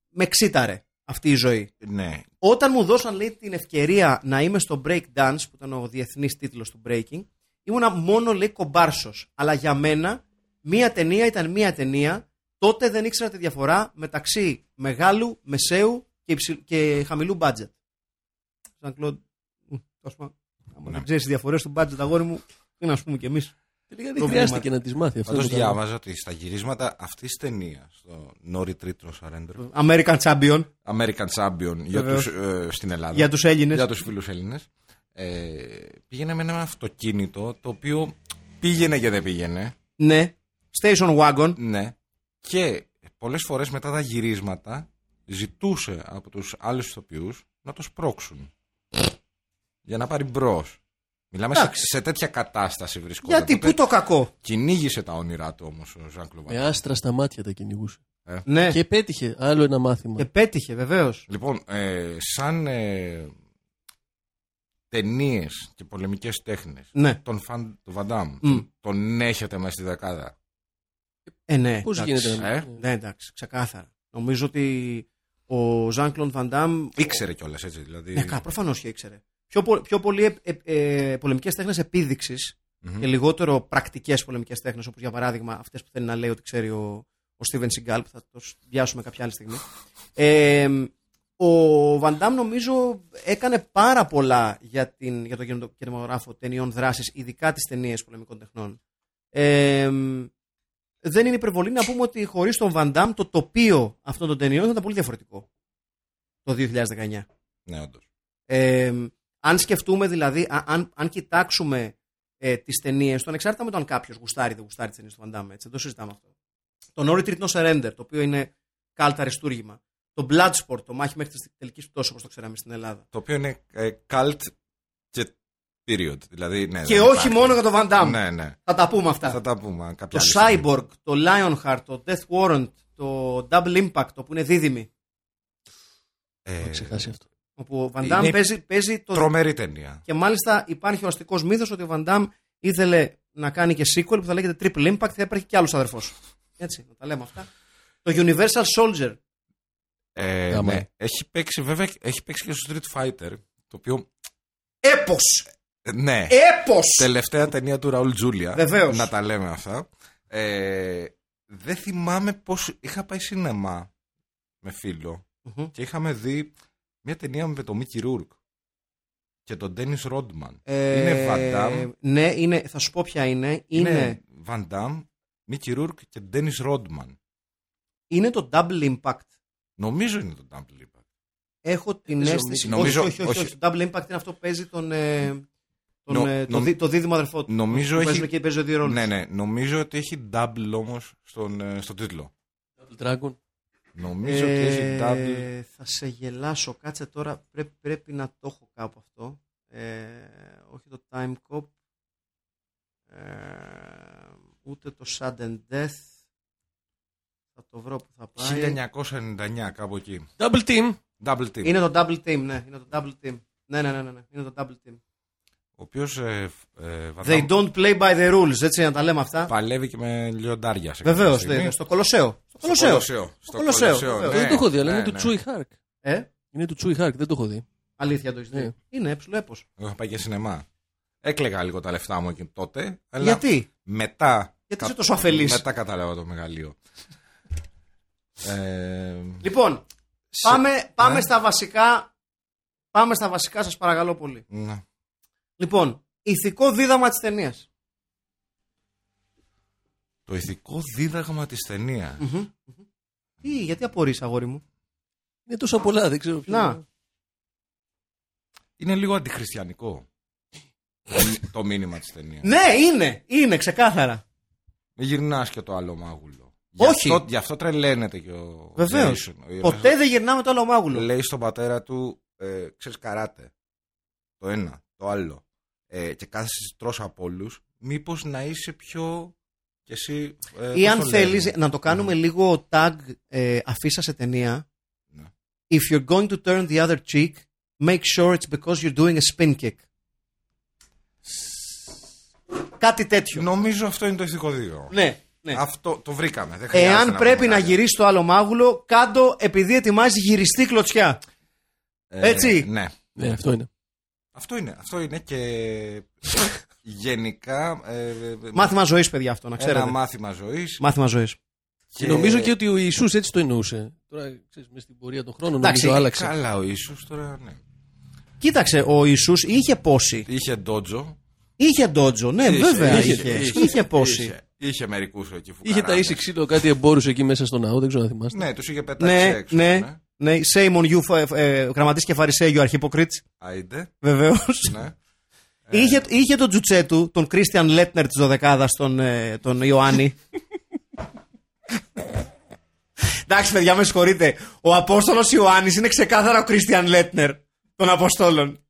C: με ξύταρε αυτή η ζωή.
D: Ναι.
C: Όταν μου δώσαν λέει την ευκαιρία να είμαι στο break dance που ήταν ο διεθνής τίτλος του breaking ήμουνα μόνο λέει κομπάρσος αλλά για μένα μία ταινία ήταν μία ταινία τότε δεν ήξερα τη διαφορά μεταξύ μεγάλου, μεσαίου και, υψη- και χαμηλού budget. Σαν Κλοντ,
D: Ναι.
C: αν δεν ξέρεις τις διαφορές του budget, αγόρι μου, τι να σου πούμε κι εμείς.
E: Τελικά δεν
C: Προβλήματα.
E: χρειάστηκε να τις μάθει αυτό.
D: Πάντως
E: το πράγμα.
D: διάβαζα ότι στα γυρίσματα αυτής της ταινίας, στο No Retreat No Surrender,
C: American Champion
D: American Champion για
C: Βεβαίως.
D: τους, ε, στην Ελλάδα,
C: για τους Έλληνες.
D: για τους φίλους Έλληνες, ε, πήγαινε με ένα αυτοκίνητο το οποίο πήγαινε και δεν πήγαινε,
C: Ναι. Station Wagon.
D: ναι, και πολλές φορές μετά τα γυρίσματα ζητούσε από τους άλλους ηθοποιούς να το σπρώξουν για να πάρει μπρος. Μιλάμε σε,
C: Εντάξει.
D: σε τέτοια κατάσταση βρισκόταν.
C: Γιατί,
D: τότε.
C: πού το κακό.
D: Κυνήγησε τα όνειρά του όμως ο Ζαν Κλουβά.
E: Με άστρα στα μάτια τα κυνηγούσε.
C: Ναι. Και,
E: Και πέτυχε άλλο ένα μάθημα.
C: πέτυχε, βεβαίως.
D: Λοιπόν, ε, σαν ε, ταινίες και πολεμικές τέχνες,
C: Ναι.
D: τον Φαν του Βαντάμ,
C: Μμ.
D: τον έχετε μέσα στη δεκάδα.
C: Ε, ναι.
E: Πώς
C: εντάξει.
E: γίνεται να
D: ε.
E: μην.
C: Ναι, εντάξει, ξεκάθαρα. Νομίζω ότι ο Ζαν Κλοντ Βαντάμ.
D: Ήξερε κιόλας έτσι, δηλαδή.
C: Ναι, καλά, προφανώς και ήξερε. Πιο, πο- πιο πολύ ε, πολεμικές τέχνες επίδειξης
D: Μμμ.
C: και λιγότερο πρακτικές πολεμικές τέχνες, όπως για παράδειγμα αυτές που θέλει να λέει ότι ξέρει ο, ο Steven Seagal, που θα το διάσουμε κάποια άλλη στιγμή. Ε, Ο Βαντάμ νομίζω έκανε πάρα πολλά για, την, για τον κινηματογράφο ταινιών δράσης, ειδικά τις ταινίες πολεμικών τεχνών. Ε, δεν είναι υπερβολή να πούμε ότι χωρίς τον Βαντάμ το τοπίο αυτών των ταινιών θα ήταν πολύ διαφορετικό το 2019.
D: Ναι, όντως.
C: Ε, αν σκεφτούμε δηλαδή, α- αν, αν κοιτάξουμε ε, τις ταινίες του, ανεξάρτητα με το αν κάποιος γουστάρει ή δεν γουστάρει τις ταινίες του Βαντάμ, έτσι, δεν το συζητάμε αυτό. Το No Retreat No Surrender, το οποίο είναι κάλτα αριστούργημα. Το Bloodsport, το μάχη μέχρι τη τελικής πτώσης, όπως το ξέραμε στην Ελλάδα.
D: Το οποίο είναι ε, cult και period. Δηλαδή, ναι,
C: Και
D: δεν
C: όχι
D: υπάρχει.
C: μόνο για τον Βαντάμ.
D: Ναι, ναι.
C: Θα τα πούμε αυτά.
D: Θα τα πούμε κάποια
C: Το
D: άλλη στιγμή.
C: Cyborg, το Lionheart, το Death Warrant, το Double Impact, το που είναι δίδυμη.
D: Ε,
E: ξεχάσει αυτό.
C: Όπου ο Van Damme
D: Είναι
C: παίζει, παίζει το.
D: τρομερή ταινία.
C: Και μάλιστα υπάρχει ο αστικός μύθος ότι ο Van Damme ήθελε να κάνει και sequel που θα λέγεται Triple Impact, θα υπάρχει και άλλος αδερφός. Έτσι, να τα λέμε αυτά. Το Universal Soldier.
D: Ε,
E: Γαμάει.
D: ναι. Έχει παίξει, βέβαια, έχει παίξει και στο Street Fighter. Το οποίο.
C: Έπος!
D: ε, Ναι.
C: Έπος!
D: Τελευταία ταινία του Ραούλ Τζούλια.
C: Βεβαίως.
D: Να τα λέμε αυτά. Ε, δεν θυμάμαι πώς. Είχα πάει σινεμά με φίλο και είχαμε δει μια ταινία με τον Μίκη Ρούρκ και τον Ντένι Ρόντμαν. είναι Ναι. Βαντάμ.
C: Ε, Ναι, είναι, θα σου πω ποια είναι. Είναι, είναι.
D: Βαντάμ, Μίκη Ρούρκ και Ντένι Ρόντμαν.
C: το Double Impact.
D: Νομίζω είναι τον Ντάμπλ Λίπα.
C: Έχω την
E: Νομίζω-
C: αίσθηση.
D: Ε, νομίζω-
C: όχι, όχι, όχι,
D: όχι.
C: Το Double Impact είναι αυτό που παίζει τον. ε, τον,
D: Νο-
C: ε, το,
D: νομ-
C: δι- το δίδυμο αδερφό του.
D: Νομίζω
C: Που παίζουν
D: έχει.
C: και παίζει δύο ρόλους.
D: Ναι, ναι, νομίζω ότι έχει double όμως στον, ε, στον τίτλο.
E: Double Dragon.
D: Νομίζω ότι έχει double.
C: Ε, θα σε γελάσω. Κάτσε τώρα. Πρέπει, πρέπει να το έχω κάπου αυτό. Ε, όχι το Time Cop. Ε, ούτε το Sudden Death. Θα το βρω που θα πάει.
D: 1999, κάπου εκεί.
E: Double Team.
D: Double team.
C: Είναι το Double Team, ναι. Είναι το Double Team. Ναι, ναι, ναι, ναι, ναι. Είναι το Double Team.
D: Ο οποίος ε, ε, Βαντάμ,
C: They don't play by the rules, έτσι να τα λέμε αυτά.
D: παλεύει και με λιοντάρια σε κάποια
C: Βεβαίω,
D: στιγμή.
C: στο Κολοσσέο. Στο
D: Στο
C: ναι, Κολοσσέο.
D: Στο
C: Κολοσσέο,
D: Κολοσσέο,
C: βεβαίως.
D: ναι,
E: δεν το έχω δει, αλλά
D: ναι,
E: είναι του
D: ναι.
E: Τσούι Χάρκ.
C: Ε,
E: Είναι του Τσούι Χάρκ, δεν το έχω δει.
C: αλήθεια το έχεις δει.
E: Ναι.
C: Είναι έψιλο έπος.
D: Εγώ είχα πάει για σινεμά. Έκλεγα λίγο τα λεφτά μου εκεί τότε. Αλλά
C: Γιατί,
D: Μετά.
C: γιατί είσαι τόσο αφελής.
D: Μετά κατάλαβα το μεγαλείο. ε,
C: Λοιπόν,
D: σε-
C: Πάμε, πάμε
D: Ναι.
C: στα βασικά. Πάμε στα βασικά, σας παρακαλώ πολύ.
D: Ναι.
C: Λοιπόν, ηθικό δίδαμα της ταινίας.
D: Το ηθικό δίδαγμα της ταινίας.
C: Τι, γιατί απορείς αγόρι μου.
E: Είναι τόσα πολλά, δεν ξέρω ποιο.
C: Να.
D: Είναι λίγο αντιχριστιανικό. το- το μήνυμα της ταινίας.
C: Ναι, είναι, είναι, ξεκάθαρα.
D: Μην γυρνάς και το άλλο μάγουλο.
C: Όχι.
D: Γι' αυτό, γι' αυτό τρελαίνεται και ο.
C: Βεβαίως.
D: Jason. Ο
C: Ποτέ δεν γυρνάμε το άλλο
D: Jason
C: μάγουλο.
D: Λέει στον πατέρα του, ε, ξέρεις καράτε. Το ένα, το άλλο. Ε, και κάθεσαι τρως από όλους. Μήπως να είσαι πιο. κι εσύ. ε,
C: Ή
D: πώς
C: αν
D: το λένε.
C: θέλεις να το κάνουμε λίγο tag ε, αφίσα σε ταινία.
D: Ναι.
C: If you're going to turn the other cheek, make sure it's because you're doing a spin kick. Κάτι τέτοιο.
D: Νομίζω αυτό είναι το ηθικό δίδαγμα.
C: Ναι, ναι.
D: Αυτό το βρήκαμε. Δεν χρειάζεται
C: Εάν
D: να
C: πρέπει
D: πούμε
C: να
D: κάτι.
C: γυρίσει το άλλο μάγουλο, κάντο επειδή ετοιμάζει γυριστή κλωτσιά.
D: Ε,
C: έτσι.
D: Ναι.
E: Ναι, αυτό είναι.
D: Αυτό είναι. Αυτό είναι και. γενικά. ε, ε,
C: Μάθημα ζωής, παιδιά, αυτό να ξέρετε.
D: Ένα μάθημα ζωής.
C: Μάθημα ζωής.
E: Και... Νομίζω και ότι ο Ιησούς έτσι το εννοούσε. Τώρα ξέρεις, μες στην πορεία των χρόνων
C: Εντάξει,
E: νομίζω άλλαξε.
D: Καλά, ο ίσως τώρα ναι.
C: Κοίταξε, ο Ιησούς είχε πόση.
D: Είχε ντότζο.
C: Είχε ντότζο, ναι, βέβαια είχε.
E: είχε,
C: Είχε,
E: είχε,
C: πόση.
D: Είχε, είχε μερικούς εκεί φουκαράδες.
E: Είχε τα ίση ξύλο κάτι εμπόρους εκεί μέσα στο ναό, δεν ξέρω να θυμάστε.
D: Ναι, τους είχε πετάξει
C: Ναι,
D: έξω.
C: ναι, ναι. Σέιμον Ιου, γραμματής και φαρισαίο, αρχιποκρίτης.
D: Άιντε.
C: Βεβαίως.
D: Ναι.
C: Είχε, είχε τον τζουτσέ του, τον Κρίστιαν Λέπνερ της Δωδεκάδας, τον, ε, τον Ιωάννη. Εντάξει, παιδιά, με συγχωρείτε. Ο Απόστολος Ιωάννης είναι ξεκάθαρα ο Κρίστιαν Λέπνερ των Αποστόλων.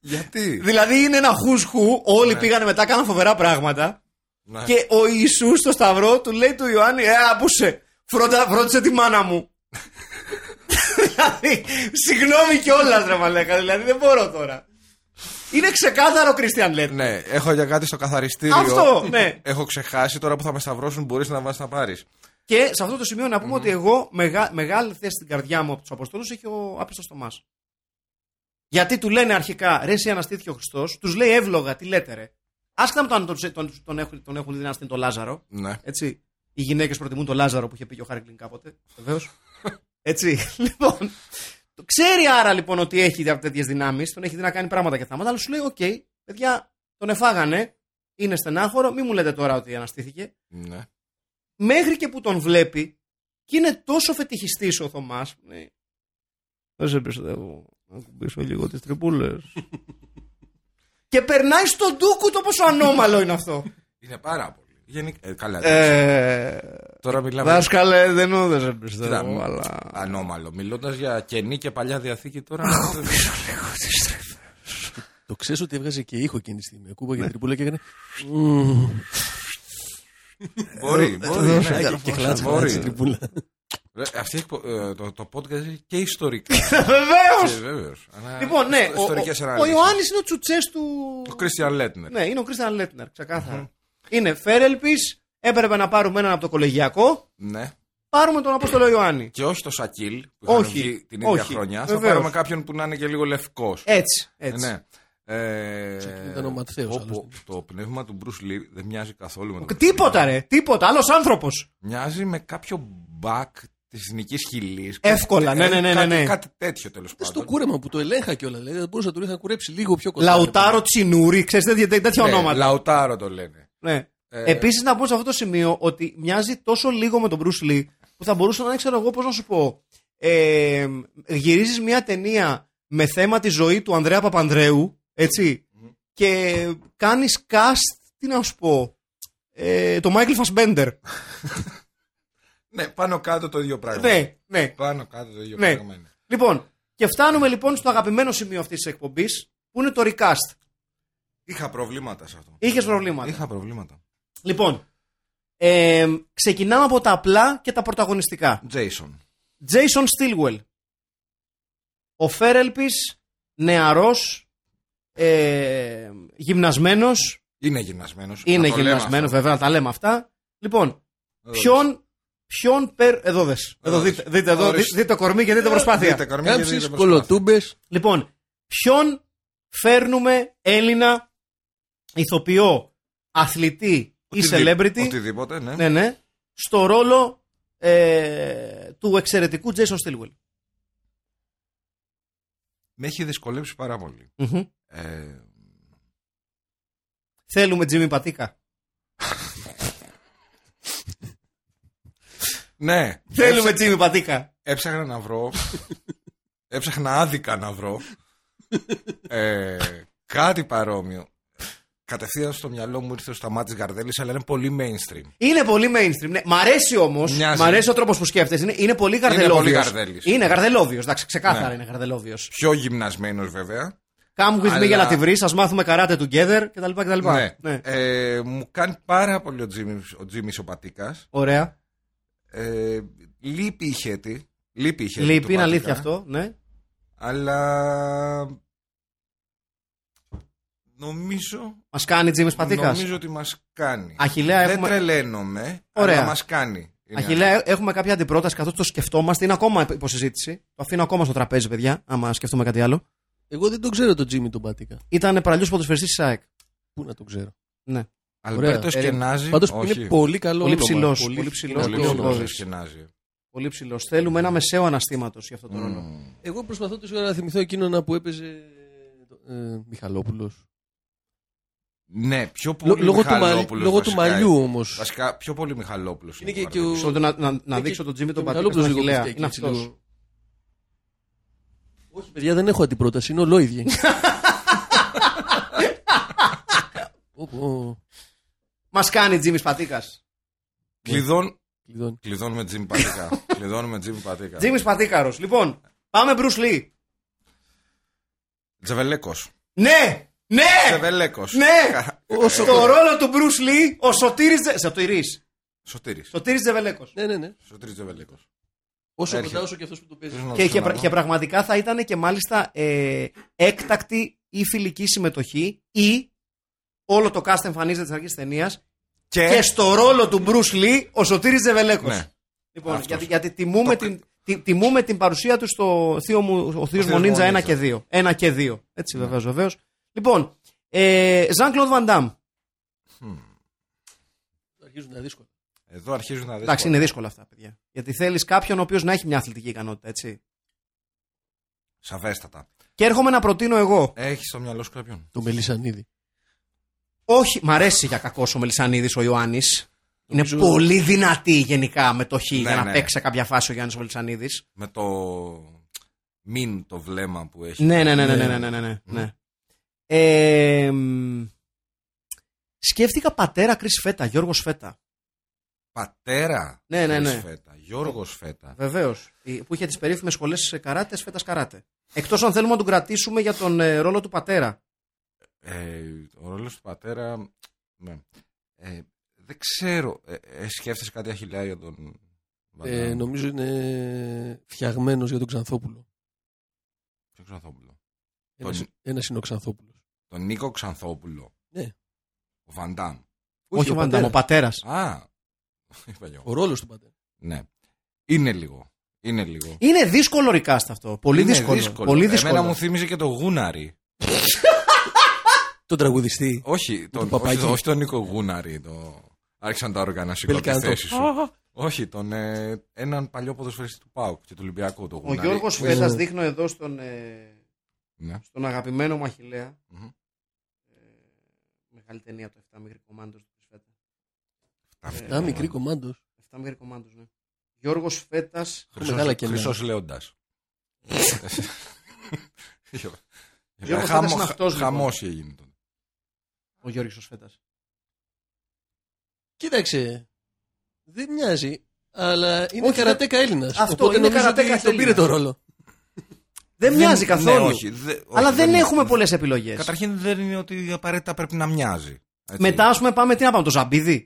D: Γιατί.
C: Δηλαδή είναι ένα χουσχου, όλοι πήγανε μετά, κάναν φοβερά πράγματα.
D: Ναι.
C: Και ο Ιησούς στο σταυρό του λέει του Ιωάννη, Ε, απούσε, φρόντα, φρόντισε τη μάνα μου. δηλαδή, συγγνώμη κιόλας, ρε Μαλέκα, δηλαδή δεν μπορώ τώρα. Είναι ξεκάθαρο ο Κριστιαν Λέτ.
D: Ναι, έχω για κάτι στο καθαριστήριο.
C: Αυτό, ναι.
D: Έχω ξεχάσει τώρα που θα με σταυρώσουν. Μπορείς να βάζει να πάρεις.
C: Και σε αυτό το σημείο να πούμε ότι εγώ μεγα, μεγάλη θέση στην καρδιά μου από τους Αποστόλους έχει ο Άπιστος Τωμά. Γιατί του λένε αρχικά ρε, εσύ αναστήθηκε ο Χριστός, τους λέει εύλογα, τι λέτε ρε. Άσχετα με το αν τον, τον, τον, έχουν, τον έχουν δει να αναστείνει τον Λάζαρο.
D: Ναι.
C: Έτσι. Οι γυναίκες προτιμούν τον Λάζαρο που είχε πει και ο Χάρκλιν κάποτε. Βεβαίως. Έτσι. Λοιπόν, Το Ξέρει άρα λοιπόν ότι έχει τέτοιες δυνάμεις, τον έχει δει να κάνει πράγματα και θάματα, αλλά σου λέει: Οκ, παιδιά, τον εφάγανε, είναι στενάχωρο, μην μου λέτε τώρα ότι αναστήθηκε.
D: Ναι.
C: μέχρι και που τον βλέπει και είναι τόσο φετιχιστής ο Θωμάς που λέει, Δεν σε πιστεύω να κουμπίσω λίγο τις τρυπούλες και περνάει στον ντούκου το πόσο ανώμαλο είναι αυτό
D: Είναι πάρα πολύ. Γενικά, ε, καλά. εντάξει.
C: ε,
D: Τώρα μιλάμε.
C: Δάσκαλε δεν νου, δεν σε
D: Κοίτα,
C: πιστεύω αλλά
D: Ανώμαλο. Μιλώντας για καινή και παλιά διαθήκη τώρα. ναι.
E: Το ξέρεις ότι έβγαζε και ήχο εκείνη τη στιγμή. Ακούγα
D: Ναι.
E: και τρυπούλα και έκανε.
D: μπορεί, μπορεί.
C: Ε,
D: ναι,
E: «Μμμ». Και κλάτσε κλάτσε
D: μπορεί.
E: τρυπούλα.
D: Ρε, Αυτή έχει πο- ε, το, το podcast έχει και ιστορικά.
C: Ε, Βεβαίως!
D: Βεβαίω.
C: Λοιπόν ναι ο, ο,
D: ιστορικές
C: ο
D: αναλύσεις.
C: Ιωάννης είναι ο τσουτσές του
D: Ο Κρίστιαν Λέτνερ.
C: Ναι είναι ο Κρίστιαν Λέτνερ ξεκάθαρα Είναι φέρελπης έπρεπε να πάρουμε έναν από το κολεγιακό
D: Ναι.
C: πάρουμε τον Απόστολο Ιωάννη
D: Και όχι το Σακίλ που είχαν
C: Όχι,
D: βγει την ίδια
C: όχι,
D: χρονιά. Θα
C: βεβαίως.
D: πάρουμε κάποιον που να είναι και λίγο λευκός.
C: έτσι, έτσι.
D: Ναι. Ε,
E: Σακίλ ήταν ο Ματθαίος,
D: όπου
E: άλλωστε.
D: Το πνεύμα του Μπρουσ Λί δεν μοιάζει καθόλου με τον Bruce Lee.
C: Τίποτα ρε, τίποτα. Άλλος άνθρωπος.
D: Μοιάζει με κάποιο μπακ της νικής χιλής.
C: Εύκολα, ναι, ναι, ναι, ναι, ναι.
D: Ε, Κάτι, κάτι τέτοιο τέλος
E: Ε, Στο
D: πάντων.
E: κούρεμα που το ελέγχα κιόλας. Δηλαδή δεν μπορούσα να τον είχα κουρέψει λίγο πιο κοντά.
C: Λαουτάρο Τσινούρι, ξέρει τέτοια, τέτοια
D: Ναι,
C: ονόματα.
D: Λαουτάρο το λένε.
C: Ναι.
D: Ε,
C: Επίσης να πω σε αυτό το σημείο ότι μοιάζει τόσο λίγο με τον Bruce Lee που θα μπορούσα να είναι, ξέρω εγώ πώς να σου πω. Ε, Γυρίζεις μια ταινία με θέμα τη ζωή του Ανδρέα Παπανδρέου, έτσι, και κάνεις cast, τι να σου πω, ε, το Michael Fassbender.
D: Ναι, πάνω κάτω το ίδιο πράγμα.
C: ναι, ναι.
D: Πάνω κάτω το ίδιο
C: Ναι.
D: πράγμα είναι.
C: Λοιπόν, και φτάνουμε λοιπόν στο αγαπημένο σημείο αυτής της εκπομπής που είναι το recast.
D: Είχα προβλήματα σε αυτό.
C: Είχες προβλήματα.
D: Είχα προβλήματα.
C: Λοιπόν, ε, ξεκινάμε από τα απλά και τα πρωταγωνιστικά.
D: Jason.
C: Jason Stilwell. Ο Φέρελπης, νεαρός, ε, γυμνασμένος.
D: Είναι γυμνασμένος.
C: είναι γυμνασμένος βέβαια, να τα λέμε αυτά. Λοιπόν, ποιον, ποιον περ... Εδώ δες. Εδώ
D: δεις.
C: δείτε, δείτε, εδώ,
D: Ορίστε.
C: δείτε, το κορμί και δείτε προσπάθεια.
E: Κάμψει, κολοτούμπες.
C: Λοιπόν, ποιον φέρνουμε Έλληνα ηθοποιό, αθλητή ή celebrity.
D: Οτιδήποτε, ναι.
C: ναι, ναι, στο ρόλο ε, του εξαιρετικού Jason Stilwell.
D: Με έχει δυσκολέψει πάρα πολύ.
C: Μμμ.
D: Ε,
C: Θέλουμε Jimmy Πατίκα.
D: ναι.
C: Θέλουμε Jimmy Πατίκα.
D: Έψαχνα να βρω. Έψαχνα άδικα να βρω. ε, κάτι παρόμοιο. Κατευθείαν στο μυαλό μου ήρθε ο Σταμάτης Γαρδέλης, αλλά είναι πολύ mainstream.
C: Είναι πολύ mainstream. Ναι. Μ' αρέσει όμως.
D: Μοιάζει.
C: Μ' αρέσει ο τρόπος που σκέφτεσαι. Είναι, είναι πολύ γαρδελόβιο.
D: πολύ γαρδέλης.
C: Είναι γαρδελόβιο. Εντάξει, ξεκάθαρα
D: Ναι.
C: είναι γαρδελόβιο.
D: Πιο γυμνασμένος βέβαια.
C: Come with
D: Αλλά-
C: me για να τη βρεις, ας μάθουμε καράτε together κτλ. κτλ.
D: Ναι. Ε, μου κάνει πάρα πολύ ο Τζίμι ο, Τζίμις ο Πατίκα.
C: Ωραία.
D: Ε, λείπει η χέτη. Λείπει η χέτη.
C: Λείπει,
D: του
C: είναι
D: Πατίκα,
C: αλήθεια αυτό. Ναι.
D: Αλλά. Νομίζω
C: Μας κάνει Jimmy Πατίκα.
D: Νομίζω ότι μας κάνει.
C: Αχιλλέα
D: Δεν
C: έχουμε-
D: τρελαίνομαι.
C: Ωραία.
D: Αλλά μας κάνει. Είναι
C: Αχιλέα, έχουμε κάποια αντιπρόταση καθώς το σκεφτόμαστε. Είναι ακόμα υποσυζήτηση. Το αφήνω ακόμα στο τραπέζι, παιδιά, άμα σκεφτούμε κάτι άλλο.
E: Εγώ δεν τον ξέρω τον Τζίμι τον Πατίκα.
C: Ήταν παλιός ποδοσφαιριστής της ΑΕΚ.
E: Πού να τον ξέρω.
C: Ναι.
D: Αλμπέρτο
E: Ωραία.
D: Σκενάζη.
E: Πάντως
D: Ε, όχι.
E: είναι πολύ καλό.
C: Πολύ
E: όνομα.
C: ψηλός, πολύ ψηλός,
D: Πολύ
C: πολύ
D: ψηλός
C: ψηλός.
D: Σκενάζη.
C: Πολύ ψηλός. Θέλουμε ένα μεσαίο αναστήματος για αυτό το ρόλο.
D: Μμμ.
E: Εγώ προσπαθώ τόσο ώρα να θυμηθώ εκείνον που έπαιζε. Ε, Μιχαλόπουλος.
D: Ναι, πιο πολύ.
E: Λόγω του, μαλλι-
D: Μιχαλόπουλος
E: λόγω του
D: βασικά.
E: μαλλιού όμως.
D: Βασικά, πιο πολύ Μιχαλόπουλος.
E: Είναι και- και ο-
D: Mm.
C: Μισό λεπτό να, να, να
E: και-
C: δείξω τον Τζίμι τον
E: και ο
C: Πατήκα στον
E: Μιχαλόπουλος λίγο
C: Αχιλέα.
E: κουφτεί
C: Είναι
E: εκεί, έτσι,
C: αυτός.
E: λίγο. Όχι, παιδιά, δεν έχω αντιπρόταση. Είναι ολόιδια. Ω, πω,
C: Μας κάνει Τζίμις Πατίκας.
D: Κλειδών.
E: κλειδώνει.
D: Κλειδών με Τζιμ Πατίκα. Κλειδών με Τζιμ Πατίκα.
C: Τζίμις Πατίκαρος. Λοιπόν, πάμε Bruce Lee.
D: Τζεβελέκος.
C: Ναι! Ναι!
D: Τζεβελέκο.
C: Ναι! Στο ρόλο του Bruce Lee, ο Σωτήρης Τζε... Σωτήρης.
D: Σωτήρης.
C: Σωτήρης Τζεβελέκος.
E: Ναι, ναι, ναι.
D: Σωτήρης Τζεβελέκος.
E: Όσο
D: Έρχεται.
E: κοντά, όσο και αυτός που το παίζει.
D: Ναι,
C: Και, και, πρα- και πραγματικά θα ήταν και μάλιστα ε, έκτακτη ή φιλική συμμετοχή ή όλο το cast εμφανίζεται της αρχής της ταινίας και στο ρόλο του Bruce Lee ο Σωτήρης Τζεβελέκος.
D: Ε. Ναι.
C: Λοιπόν,
D: Αυτός.
C: γιατί, γιατί τιμούμε,
D: Το-
C: την, τι- τιμούμε την παρουσία του στο θείο μου, ο θείος
D: θείος Ναι.
C: μου Νίντζα 1
D: Νίντζα.
C: και 2. 1 και 2. Έτσι, βεβαίως, βεβαίως. Λοιπόν, ε, Ζαν Κλοντ Βαντάμ.
E: Αρχίζουν να είναι δύσκολα.
D: Εδώ αρχίζουν να δει.
C: Εντάξει, είναι δύσκολα αυτά, παιδιά. Γιατί θέλεις κάποιον ο οποίος να έχει μια αθλητική ικανότητα, έτσι.
D: Σαφέστατα.
C: Και έρχομαι να προτείνω εγώ.
D: Έχεις στο μυαλό σου κάποιον.
E: Το Μελισανίδη.
C: Όχι, μ' αρέσει για κακός ο Μελισανίδης ο Ιωάννης. Είναι πολύ δυνατή γενικά με το χ για να
D: ναι.
C: παίξει σε κάποια φάση ο Γιάννης Μελισανίδης.
D: Με το. Μην το βλέμμα που έχει.
C: Ναι, ναι, ναι, ναι, ναι, ναι, ναι, ναι. ναι. Ε, μ, σκέφτηκα πατέρα Κρυ Φέτα, Γιώργος Φέτα.
D: Πατέρα.
C: Ναι, ναι, ναι.
D: Χωρίς Φέτα. Γιώργος Φέτα.
C: Βεβαίως. Που είχε τις περίφημες σχολές σε καράτες, Φέτας καράτε. Εκτός αν θέλουμε να τον κρατήσουμε για τον ε, ρόλο του πατέρα.
D: Ε, ο ρόλος του πατέρα. Ναι. Ε, δεν ξέρω. Ε, ε, σκέφτεσαι κάτι αχιλιά για τον.
E: Ε,
D: Βαντάμ?
E: νομίζω είναι φτιαγμένος για τον Ξανθόπουλο.
D: Ποιο Ξανθόπουλο.
E: Ένας,
D: Τον-
E: ένας είναι ο Ξανθόπουλος.
D: Τον Νίκο Ξανθόπουλο.
E: Ναι.
D: Ο Βαντάμ.
C: Όχι ο Βαντάμ, ο πατέρας.
D: Α. Είπα και εγώ.
E: Ο ρόλος του πατέρα.
D: Ναι. Είναι λίγο. Είναι λίγο.
C: Είναι δύσκολο ρικάστα αυτό. Πολύ
D: Είναι
C: δύσκολο. Πολύ δύσκολο.
D: Εμένα μου θύμιζε και το Γούναρη.
E: Τον τραγουδιστή.
D: Όχι, τον, όχι,
E: Παπάκη.
D: τον- όχι τον Νίκο Γούναρη. Το... Άρχισαν τα όργανα να σηκώνουν τη
E: Μπελκάντο.
D: θέση σου. όχι, τον, ε, έναν παλιό ποδοσφαιριστή του ΠΑΟΚ και του Ολυμπιακού. Το
C: Ο
D: Γούναρη.
C: Γιώργος
E: Ναι.
C: Φέτα δείχνω εδώ στον, ε,
D: Ναι.
C: στον αγαπημένο μου Αχηλέα.
D: Μμμ.
C: Ε, μεγάλη ταινία το 7 μικρή κομμάντος του Κρυ Φέτα.
D: Αυτά.
E: Α, μικρή κομμάντο.
C: 7 μικρή κομμάντος, ναι. Γιώργος Φέτας.
E: Έχουμε μεγάλα κενά.
D: Χρυσός Λέοντας.
C: Φέτας
D: Χαμό-
C: είναι αυτός, λοιπόν.
D: Ε, Χαμός έγινε τότε.
C: Ο Γιώργος Φέτας.
E: Κοίταξε. Δεν μοιάζει. Αλλά είναι
C: Όχι,
E: καρατέκα Έλληνας.
C: Αυτό,
E: Οπότε
C: είναι
E: νομίζω
C: καρατέκα
E: ότι τον πήρε
C: Έλληνας.
E: το ρόλο.
C: Δεν μοιάζει
D: ναι,
C: καθόλου.
D: όχι, δε- όχι,
C: Αλλά δεν,
D: είναι-
C: έχουμε πολλές επιλογές.
D: Καταρχήν δεν είναι ότι απαραίτητα πρέπει να μοιάζει. Έτσι.
C: Μετά, ας πούμε, πάμε τι να πάμε, το Ζαμπίδι.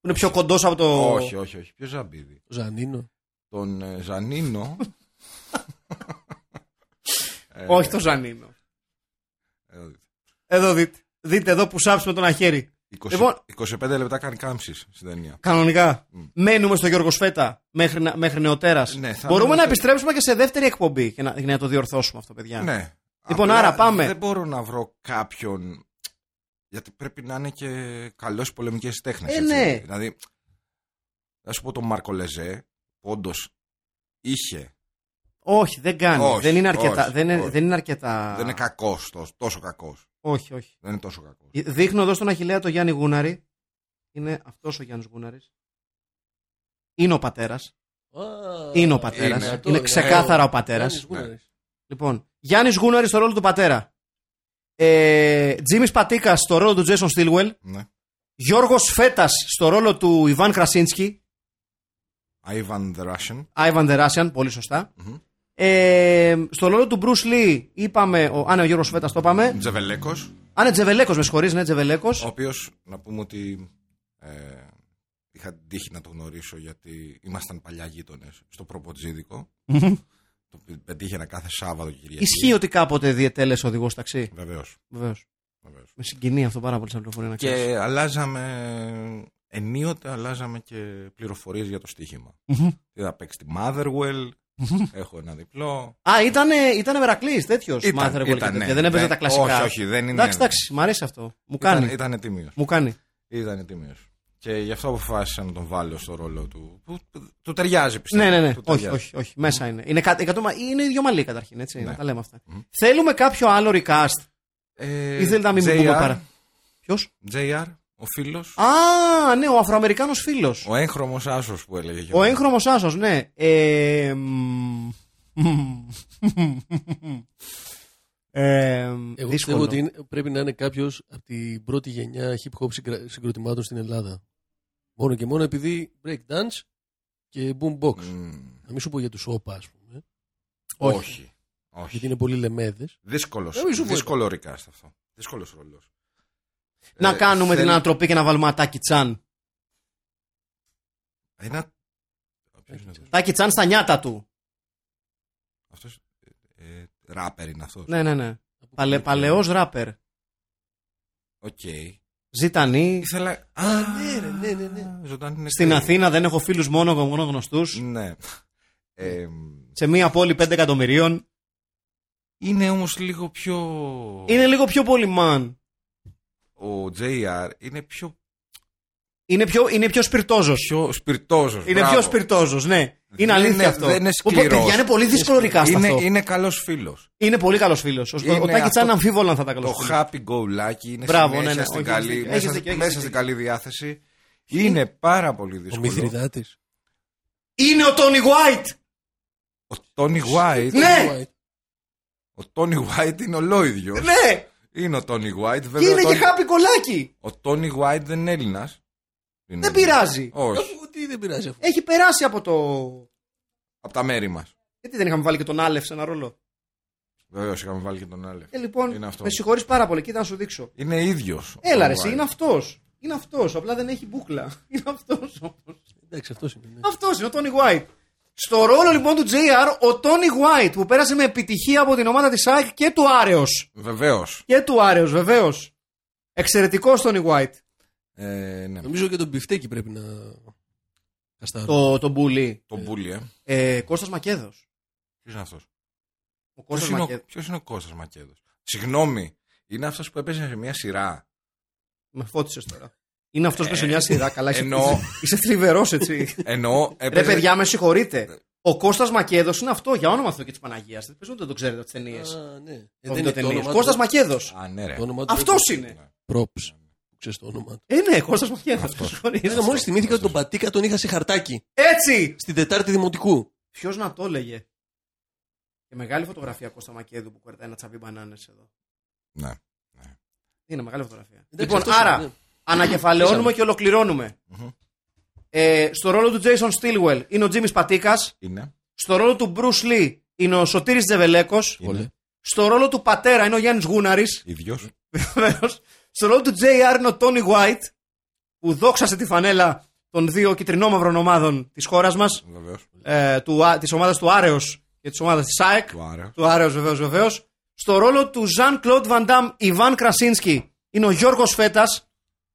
C: Που είναι πιο κοντός από το.
D: Όχι, όχι, όχι. Ποιος Ζαμπίδη.
E: Ο Ζανίνο.
D: Τον ε, Ζανίνο. Ε,
C: Όχι το Ζανίνο.
D: ε,
C: Εδώ δείτε. Δείτε εδώ που σάψουμε τον αχέρι.
D: 20
C: Λοιπόν.
D: 25 λεπτά κάνει κάμψη στην ταινία.
C: Κανονικά.
D: Μμ.
C: Μένουμε στο Γιώργος Σφέτα μέχρι, να- μέχρι νεοτέρας.
D: Ναι,
C: Μπορούμε
D: θα μείνουμε
C: να
D: στο-
C: επιστρέψουμε και σε δεύτερη εκπομπή και να, για να το διορθώσουμε αυτό, παιδιά.
D: Ναι.
C: Λοιπόν, άρα πάμε.
D: Δεν μπορώ να βρω κάποιον. Γιατί πρέπει να είναι και καλός στι πολεμικές τέχνες.
C: Ε, ναι.
D: Δηλαδή, θα σου πω τον Μάρκο Λεζέ, όντως είχε.
C: Όχι, δεν κάνει.
D: Όχι,
C: δεν, είναι αρκετά,
D: όχι,
C: δεν, είναι,
D: όχι.
C: δεν είναι αρκετά.
D: Δεν είναι κακός, τόσο κακός.
C: Όχι, όχι.
D: Δεν είναι τόσο κακός.
C: Ε, Δείχνω εδώ στον Αχηλέα το Γιάννη Γούναρη. Είναι αυτός ο Γιάννης Γούναρης. Είναι ο πατέρας. Είναι ο πατέρας.
D: Είναι.
C: Είναι,
E: Αυτό,
C: ξεκάθαρα ο πατέρα.
E: ναι. ε, Γιάννης Γούναρης.
C: Λοιπόν, Γιάννης Γούναρης στο ρόλο του πατέρα. Ε, Τζίμις Πατίκας στο ρόλο του Τζέσον Στίλουελ.
D: Ναι.
C: Γιώργος Φέτας στο ρόλο του Ιβάν Κρασίνσκι.
D: Ivan the Russian.
C: Άιβαν Δεράσιαν, πολύ σωστά.
D: Μμμ.
C: Ε, στο ρόλο του Bruce Lee είπαμε. Ο, α, ναι, ο Γιώργος Φέτας το είπαμε.
D: Τζεβελέκος.
C: Α, ναι, Τζεβελέκος, με συγχωρείς, ναι, Τζεβελέκος.
D: Ο οποίος, να πούμε ότι. Ε, είχα την τύχη να το γνωρίσω γιατί ήμασταν παλιά γείτονες στο Προποτζίδικο. το πε- πετύχαινα κάθε Σάββατο και Κυριακή.
C: Ισχύει ότι κάποτε διετέλεσε οδηγός ταξί.
D: Βεβαίως.
C: Βεβαίως. Με συγκινεί αυτό πάρα πολύ σαν πληροφορία να ξέρει.
D: Και αλλάζαμε. Ενίοτε αλλάζαμε και πληροφορίες για το στοίχημα. Τι θα παίξει τη Motherwell. έχω ένα διπλό.
C: Α, ήτανε, ήτανε Μερακλής, τέτοιος.
D: Ήταν-
C: Μάθερε πολύ
D: ήταν, ναι.
C: Δεν έπαιζε τα
D: Δεν-
C: κλασικά.
D: όχι, όχι, δεν είναι-
C: Εντάξει, εντάξει, μ' αρέσει αυτό. Μου κάνει.
D: Ήταν, ήταν τίμιος.
C: Μου κάνει.
D: Ήταν τίμιος. Και γι' αυτό αποφάσισα να τον βάλω στο ρόλο του. Που του ταιριάζει, πιστεύω.
C: Ναι, ναι, ναι.
D: Του
C: Όχι,
D: ταιριάζει.
C: όχι, όχι. Μέσα είναι. Είναι, κα... εκατόμα... είναι ίδιο μαλλί καταρχήν, έτσι.
D: Ναι.
C: Να τα λέμε αυτά. Θέλουμε κάποιο άλλο recast.
D: Ε,
C: Ή θέλετε να μην πούμε
D: JR,
C: παρά. Ποιος.
D: JR, ο φίλος.
C: Α, ναι, ο Αφροαμερικάνος φίλος.
D: Ο έγχρωμος άσος που έλεγε. και
C: Ο
D: εγώ.
C: έγχρωμος άσος, ναι. Ε, μ, μ, ε,
E: Εγώ πιστεύω
C: δύσκολο.
E: ότι είναι- πρέπει να είναι κάποιος από την πρώτη γενιά hip hop συγκρα- συγκροτημάτων στην Ελλάδα. Μόνο και μόνο επειδή break dance και boombox.
C: Mm.
D: Μμμ,
E: Να μην σου πω για τους όπα, ας πούμε.
C: Όχι.
D: όχι. όχι.
E: Γιατί είναι πολύ λεμέδε.
D: Δύσκολος,
E: Ε, μη σου πω.
D: δύσκολο ρικάστ αυτό. Δύσκολος ρόλος. Ε,
C: Να κάνουμε την ανατροπή και να βάλουμε ένα τάκι τσάν.
D: Ένα. Ε, Ποιος είναι αυτός?
C: Τάκι τσάν στα νιάτα του.
D: Αυτός, ε, ε, ράπερ είναι αυτός.
C: Ναι, ναι, ναι. Παλε, παλαιός ράπερ.
D: Οκ.
C: Ζητανή.
D: Ήθελα.
E: Α, ναι, ρε, ναι, ναι, ναι.
D: Ζωντανή είναι
C: Στην
D: κρύο.
C: Αθήνα δεν έχω φίλους μόνο, μόνο γνωστούς.
D: Ναι. Ε,
C: Σε μία πόλη 5 εκατομμυρίων.
D: είναι όμως λίγο πιο.
C: Είναι λίγο πιο πολύ man.
D: Ο JR είναι πιο.
C: Είναι πιο, είναι πιο σπιρτόζος.
D: Πιο σπιρτόζος.
C: Είναι πιο σπιρτόζος, ναι. Είναι
D: Δεν
C: αλήθεια
D: είναι-
C: αυτό.
D: δεν είναι
C: Οπότε,
D: σκληρός.
C: παιδιά, είναι πολύ δύσκολο ρικάστα
D: Είναι,
C: αυτό. Είναι,
D: είναι καλός φίλος.
C: πολύ καλός φίλος.
D: Είναι
C: Ο Τάκη
D: αυτό-
C: Τσάν αμφίβολα αν θα τα
D: Το
C: καλό
D: happy go lucky είναι
C: Μπράβο,
D: συνέχεια
C: ναι, ναι,
D: στην
C: όχι,
D: καλή,
C: έχεις δίκιο,
D: μέσα,
C: έχεις δίκιο,
D: μέσα
C: έχεις
D: στην
C: δίκιο.
D: καλή διάθεση. Είναι πάρα πολύ
E: Ο
D: δύσκολο.
E: Μηθριδάτη.
C: Είναι ο Τόνι Γουάιτ!
D: Ο Τόνι White.
C: Ναι!
D: Ο Τόνι White είναι ολόιδιος.
C: Ναι!
D: Είναι ο Τόνι White,
C: Και
D: βέβαια. ο
C: είναι και
D: Tony-
C: χάπι κολάκι!
D: Ο Τόνι White δεν είναι Έλληνας.
C: Δεν πειράζει.
D: Όχι.
E: Τι δεν πειράζει αυτό.
C: Έχει περάσει από το.
D: Από τα μέρη μας.
C: Γιατί δεν είχαμε βάλει και τον Άλεφ σε ένα ρόλο.
D: Βεβαίως είχαμε βάλει και τον Άλεφ.
C: Ε, λοιπόν,
D: Είναι αυτός.
C: με συγχωρείς πάρα πολύ. Κοίτα να σου δείξω.
D: Είναι ίδιος.
C: Έλα, ρε, εσύ, είναι αυτός. Είναι αυτός. Απλά δεν έχει μπουκλα. Είναι αυτός όμως.
E: Εντάξει, αυτός είναι. ναι.
C: Αυτός είναι ο Τόνι White. Στο ρόλο λοιπόν του JR, ο Τόνι White που πέρασε με επιτυχία από την ομάδα της ΑΕΚ και του Άρεος.
D: Βεβαίως.
C: Και του Άρεος, βεβαίως. Εξαιρετικός Τόνι White.
D: Ε, ναι.
E: Νομίζω και τον μπιφτέκι πρέπει να. Καστάρω.
C: Το, το μπουλί.
D: Το μπούλι, ε.
C: Ε, Κώστας Μακέδος.
D: Ποιος είναι αυτός.
C: Ο
D: Ποιο
C: Κώστας
D: είναι, ο-
C: Μακέδος.
D: ποιος είναι ο Κώστας Μακέδος. Συγγνώμη, είναι αυτός που έπαιζε σε μια σειρά.
C: Με φώτισες τώρα. Είναι αυτός που σε μια σειρά. Καλά, είσαι,
D: Ε, εννοώ- Ε,
C: είσαι θλιβερός έτσι.
D: Εννοώ.
C: Ρε
D: Έπαιζε...
C: παιδιά, με συγχωρείτε. Ο Κώστας Μακέδος είναι αυτό, για όνομα αυτό και της Παναγίας. Δεν παίζουν, δεν το ξέρετε από τις ταινίες.
E: Α, ναι. Ε,
C: Κώστας Μακέδος.
D: Α, ναι, ρε.
E: Το όνομα του-
C: Αυτός είναι.
E: Props. Ξέρεις το όνομα του.
C: Ε, ναι, Κώστας Μακέδος.
E: Είδα μόλις θυμήθηκα ότι τον Πατήκα τον είχα σε χαρτάκι
C: Έτσι!
E: στην Τετάρτη Δημοτικού.
C: Ποιος να το έλεγε. Και μεγάλη φωτογραφία Κώστα Μακέδου που κρατάει ένα τσαμπί μπανάνες εδώ.
D: Ναι.
C: Είναι μεγάλη φωτογραφία.
E: Εντάξει,
C: λοιπόν,
E: αυτός
C: άρα
E: είναι, ναι.
C: ανακεφαλαιώνουμε
E: Πήσαμε.
C: και ολοκληρώνουμε.
D: Μμμ.
C: Ε, στο ρόλο του Jason Stilwell είναι ο Τζίμι Πατίκας.
D: Είναι.
C: Στο ρόλο του Bruce Lee είναι ο Σωτήρης Τζεβελέκος.
E: Βολέ.
C: Στο ρόλο του πατέρα είναι ο Γιάννης Γούναρης.
D: ίδιο.
C: Βεβαίως. Στο ρόλο του JR είναι ο Τόνι White που δόξασε τη φανέλα των δύο κυτρινόμαυρων ομάδων της χώρας μας
D: Βεβαίως.
C: ε, του, Α- της ομάδας του Άρεος και της ομάδας της ΑΕΚ
D: Του άρα.
C: του Άρεος βεβαίως βεβαίως στο ρόλο του Ζαν Κλοντ Βαντάμ Ιβάν Κρασίνσκι είναι ο Γιώργος Φέτας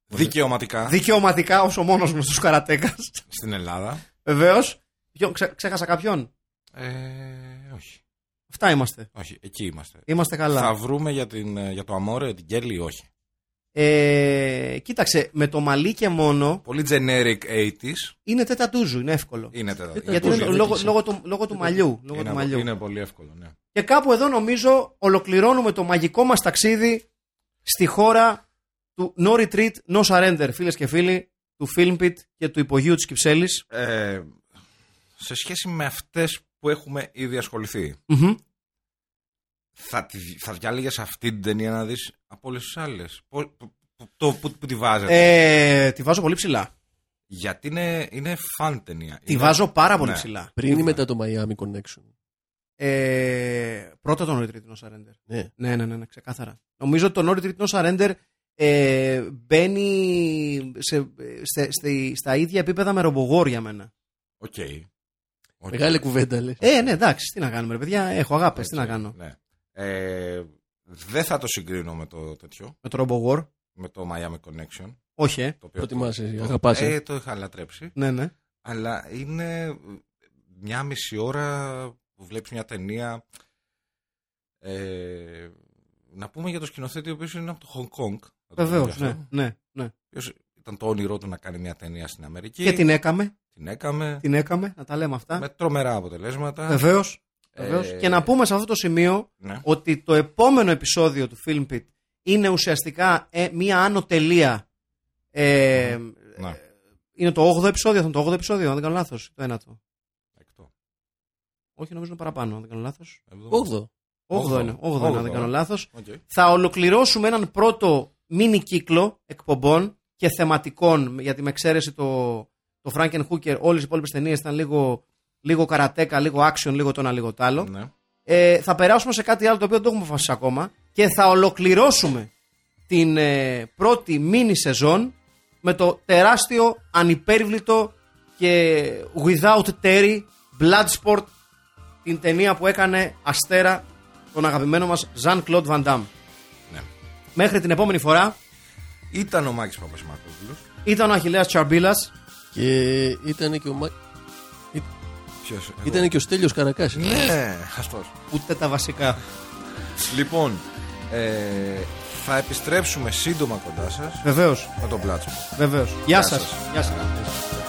D: Δικαιωματικά
C: δικαιωματικά ως ο μόνος γνωστός καρατέκας
D: στην Ελλάδα.
C: βεβαίως Ποιο- ξε- ξέχασα κάποιον
D: Ε, όχι.
C: αυτά είμαστε
D: Όχι, εκεί είμαστε.
C: είμαστε
D: Θα
C: καλά
D: βρούμε για, την, ε, για το αμόρε, την Κέλλη, όχι.
C: ε, κοίταξε με το μαλλί και μόνο
D: Πολύ generic 80s.
C: είναι τετατούζου είναι εύκολο
D: Είναι τέταρτο.
C: Γιατί
E: Τετατούζου,
C: είναι
E: δεν
C: λόγω,
E: κλείσε.
C: λόγω του, λόγω του μαλλιού. Λόγω του
D: ε, Είναι,
C: μαλλιού.
D: είναι πολύ εύκολο, ναι.
C: Και κάπου εδώ νομίζω ολοκληρώνουμε το μαγικό μας ταξίδι στη χώρα του No Retreat, No Surrender, φίλες και φίλοι, του Film Pit και του υπογείου της Κυψέλης.
D: Ε, σε σχέση με αυτές που έχουμε ήδη ασχοληθεί,
C: Μμμ.
D: θα, τη, θα διάλεγες αυτή την ταινία να δεις από όλες τις άλλες. Πο- που, που- το, που, που τη βάζετε.
C: Ε, τη βάζω πολύ ψηλά.
D: Γιατί είναι, είναι φαν ταινία.
C: Τη
D: Είναι-
C: βάζω πάρα πολύ
D: Ναι.
C: ψηλά.
E: Πριν ή μετά το Miami Connection.
C: Ε, πρώτα το No Retreat, No Surrender.
E: Ναι.
C: Ναι, ναι, ναι, ναι, ξεκάθαρα. Νομίζω ότι το No Retreat, No Surrender ε, μπαίνει σε, σε- στη- στα ίδια επίπεδα με ρομπογόρ για μένα.
D: Οκ. Οκ.
E: Μεγάλη κουβέντα λες.
C: Ε, ναι, εντάξει, τι να κάνουμε, ρε παιδιά. Έχω αγάπες, τι
D: Έτσι,
C: να κάνω.
D: Ναι. Ε, δεν θα το συγκρίνω με το τέτοιο,
C: Με το RoboWar.
D: με το Miami Connection.
C: Όχι, ε.
D: Το οποίο
E: Προτιμάσαι,
D: το-
E: αγαπάς, ε.
D: Ε, το είχα λατρέψει.
C: Ναι, ναι.
D: Αλλά είναι μια μισή ώρα που βλέπεις μια ταινία. Ε, να πούμε για το σκηνοθέτη, ο οποίος είναι από το Hong Kong. να το πούμε
C: Βεβαίω,
D: γι' αυτό,
C: ναι, ναι, ναι.
D: ο οποίος ήταν το όνειρό του να κάνει μια ταινία στην Αμερική.
C: Και την έκαμε,
D: την έκαμε.
C: την έκαμε, να τα λέμε αυτά.
D: Με τρομερά αποτελέσματα.
C: Βεβαίως.
D: Ε,
C: Και να πούμε σε αυτό το σημείο
D: Ναι.
C: ότι το επόμενο επεισόδιο του Film Pit είναι ουσιαστικά ε, μία άνω τελεία. Ε,
D: Ναι.
C: ε, είναι το 8ο επεισόδιο, θα είναι το 8ο επεισόδιο, αν δεν κάνω λάθος. Το 9ο.
D: Εκτό.
C: Όχι, νομίζω είναι παραπάνω, αν δεν κάνω λάθος.
D: Εβδομάδα.
E: Όγδο.
C: 8ο είναι, 8ο είναι, αν δεν κάνω λάθο.
D: Οκ.
C: θα ολοκληρώσουμε έναν πρώτο μίνι κύκλο εκπομπών και θεματικών, γιατί με εξαίρεση το, το Franken Hooker, όλες οι υπόλοιπες ταινίες ήταν λίγο, λίγο καρατέκα, λίγο action, λίγο το ένα, λίγο το άλλο.
D: Ναι.
C: Ε, θα περάσουμε σε κάτι άλλο το οποίο δεν το έχουμε αποφασίσει ακόμα και θα ολοκληρώσουμε την ε, πρώτη μίνι σεζόν με το τεράστιο, ανυπέρβλητο και without Terry Bloodsport την ταινία που έκανε αστέρα τον αγαπημένο μας Jean-Claude Van Damme.
D: Ναι.
C: Μέχρι την επόμενη φορά
D: Ήταν ο Μάκης Παπασημακόπουλος.
C: ήταν ο Αχιλέας Τσαρμπίλας
E: Και ήταν και ο, Μα...
D: Ποιος, εγώ.
E: Ε, ήταν και ο Στέλιος Καρακάς.
D: Ναι, αυτός.
C: ούτε τα βασικά.
D: Λοιπόν, Ε, θα επιστρέψουμε σύντομα κοντά σας
C: Βεβαίως.
D: με τον πλάτσο.
C: Βεβαίως. Γεια σας.
D: σας.
C: Γεια σας.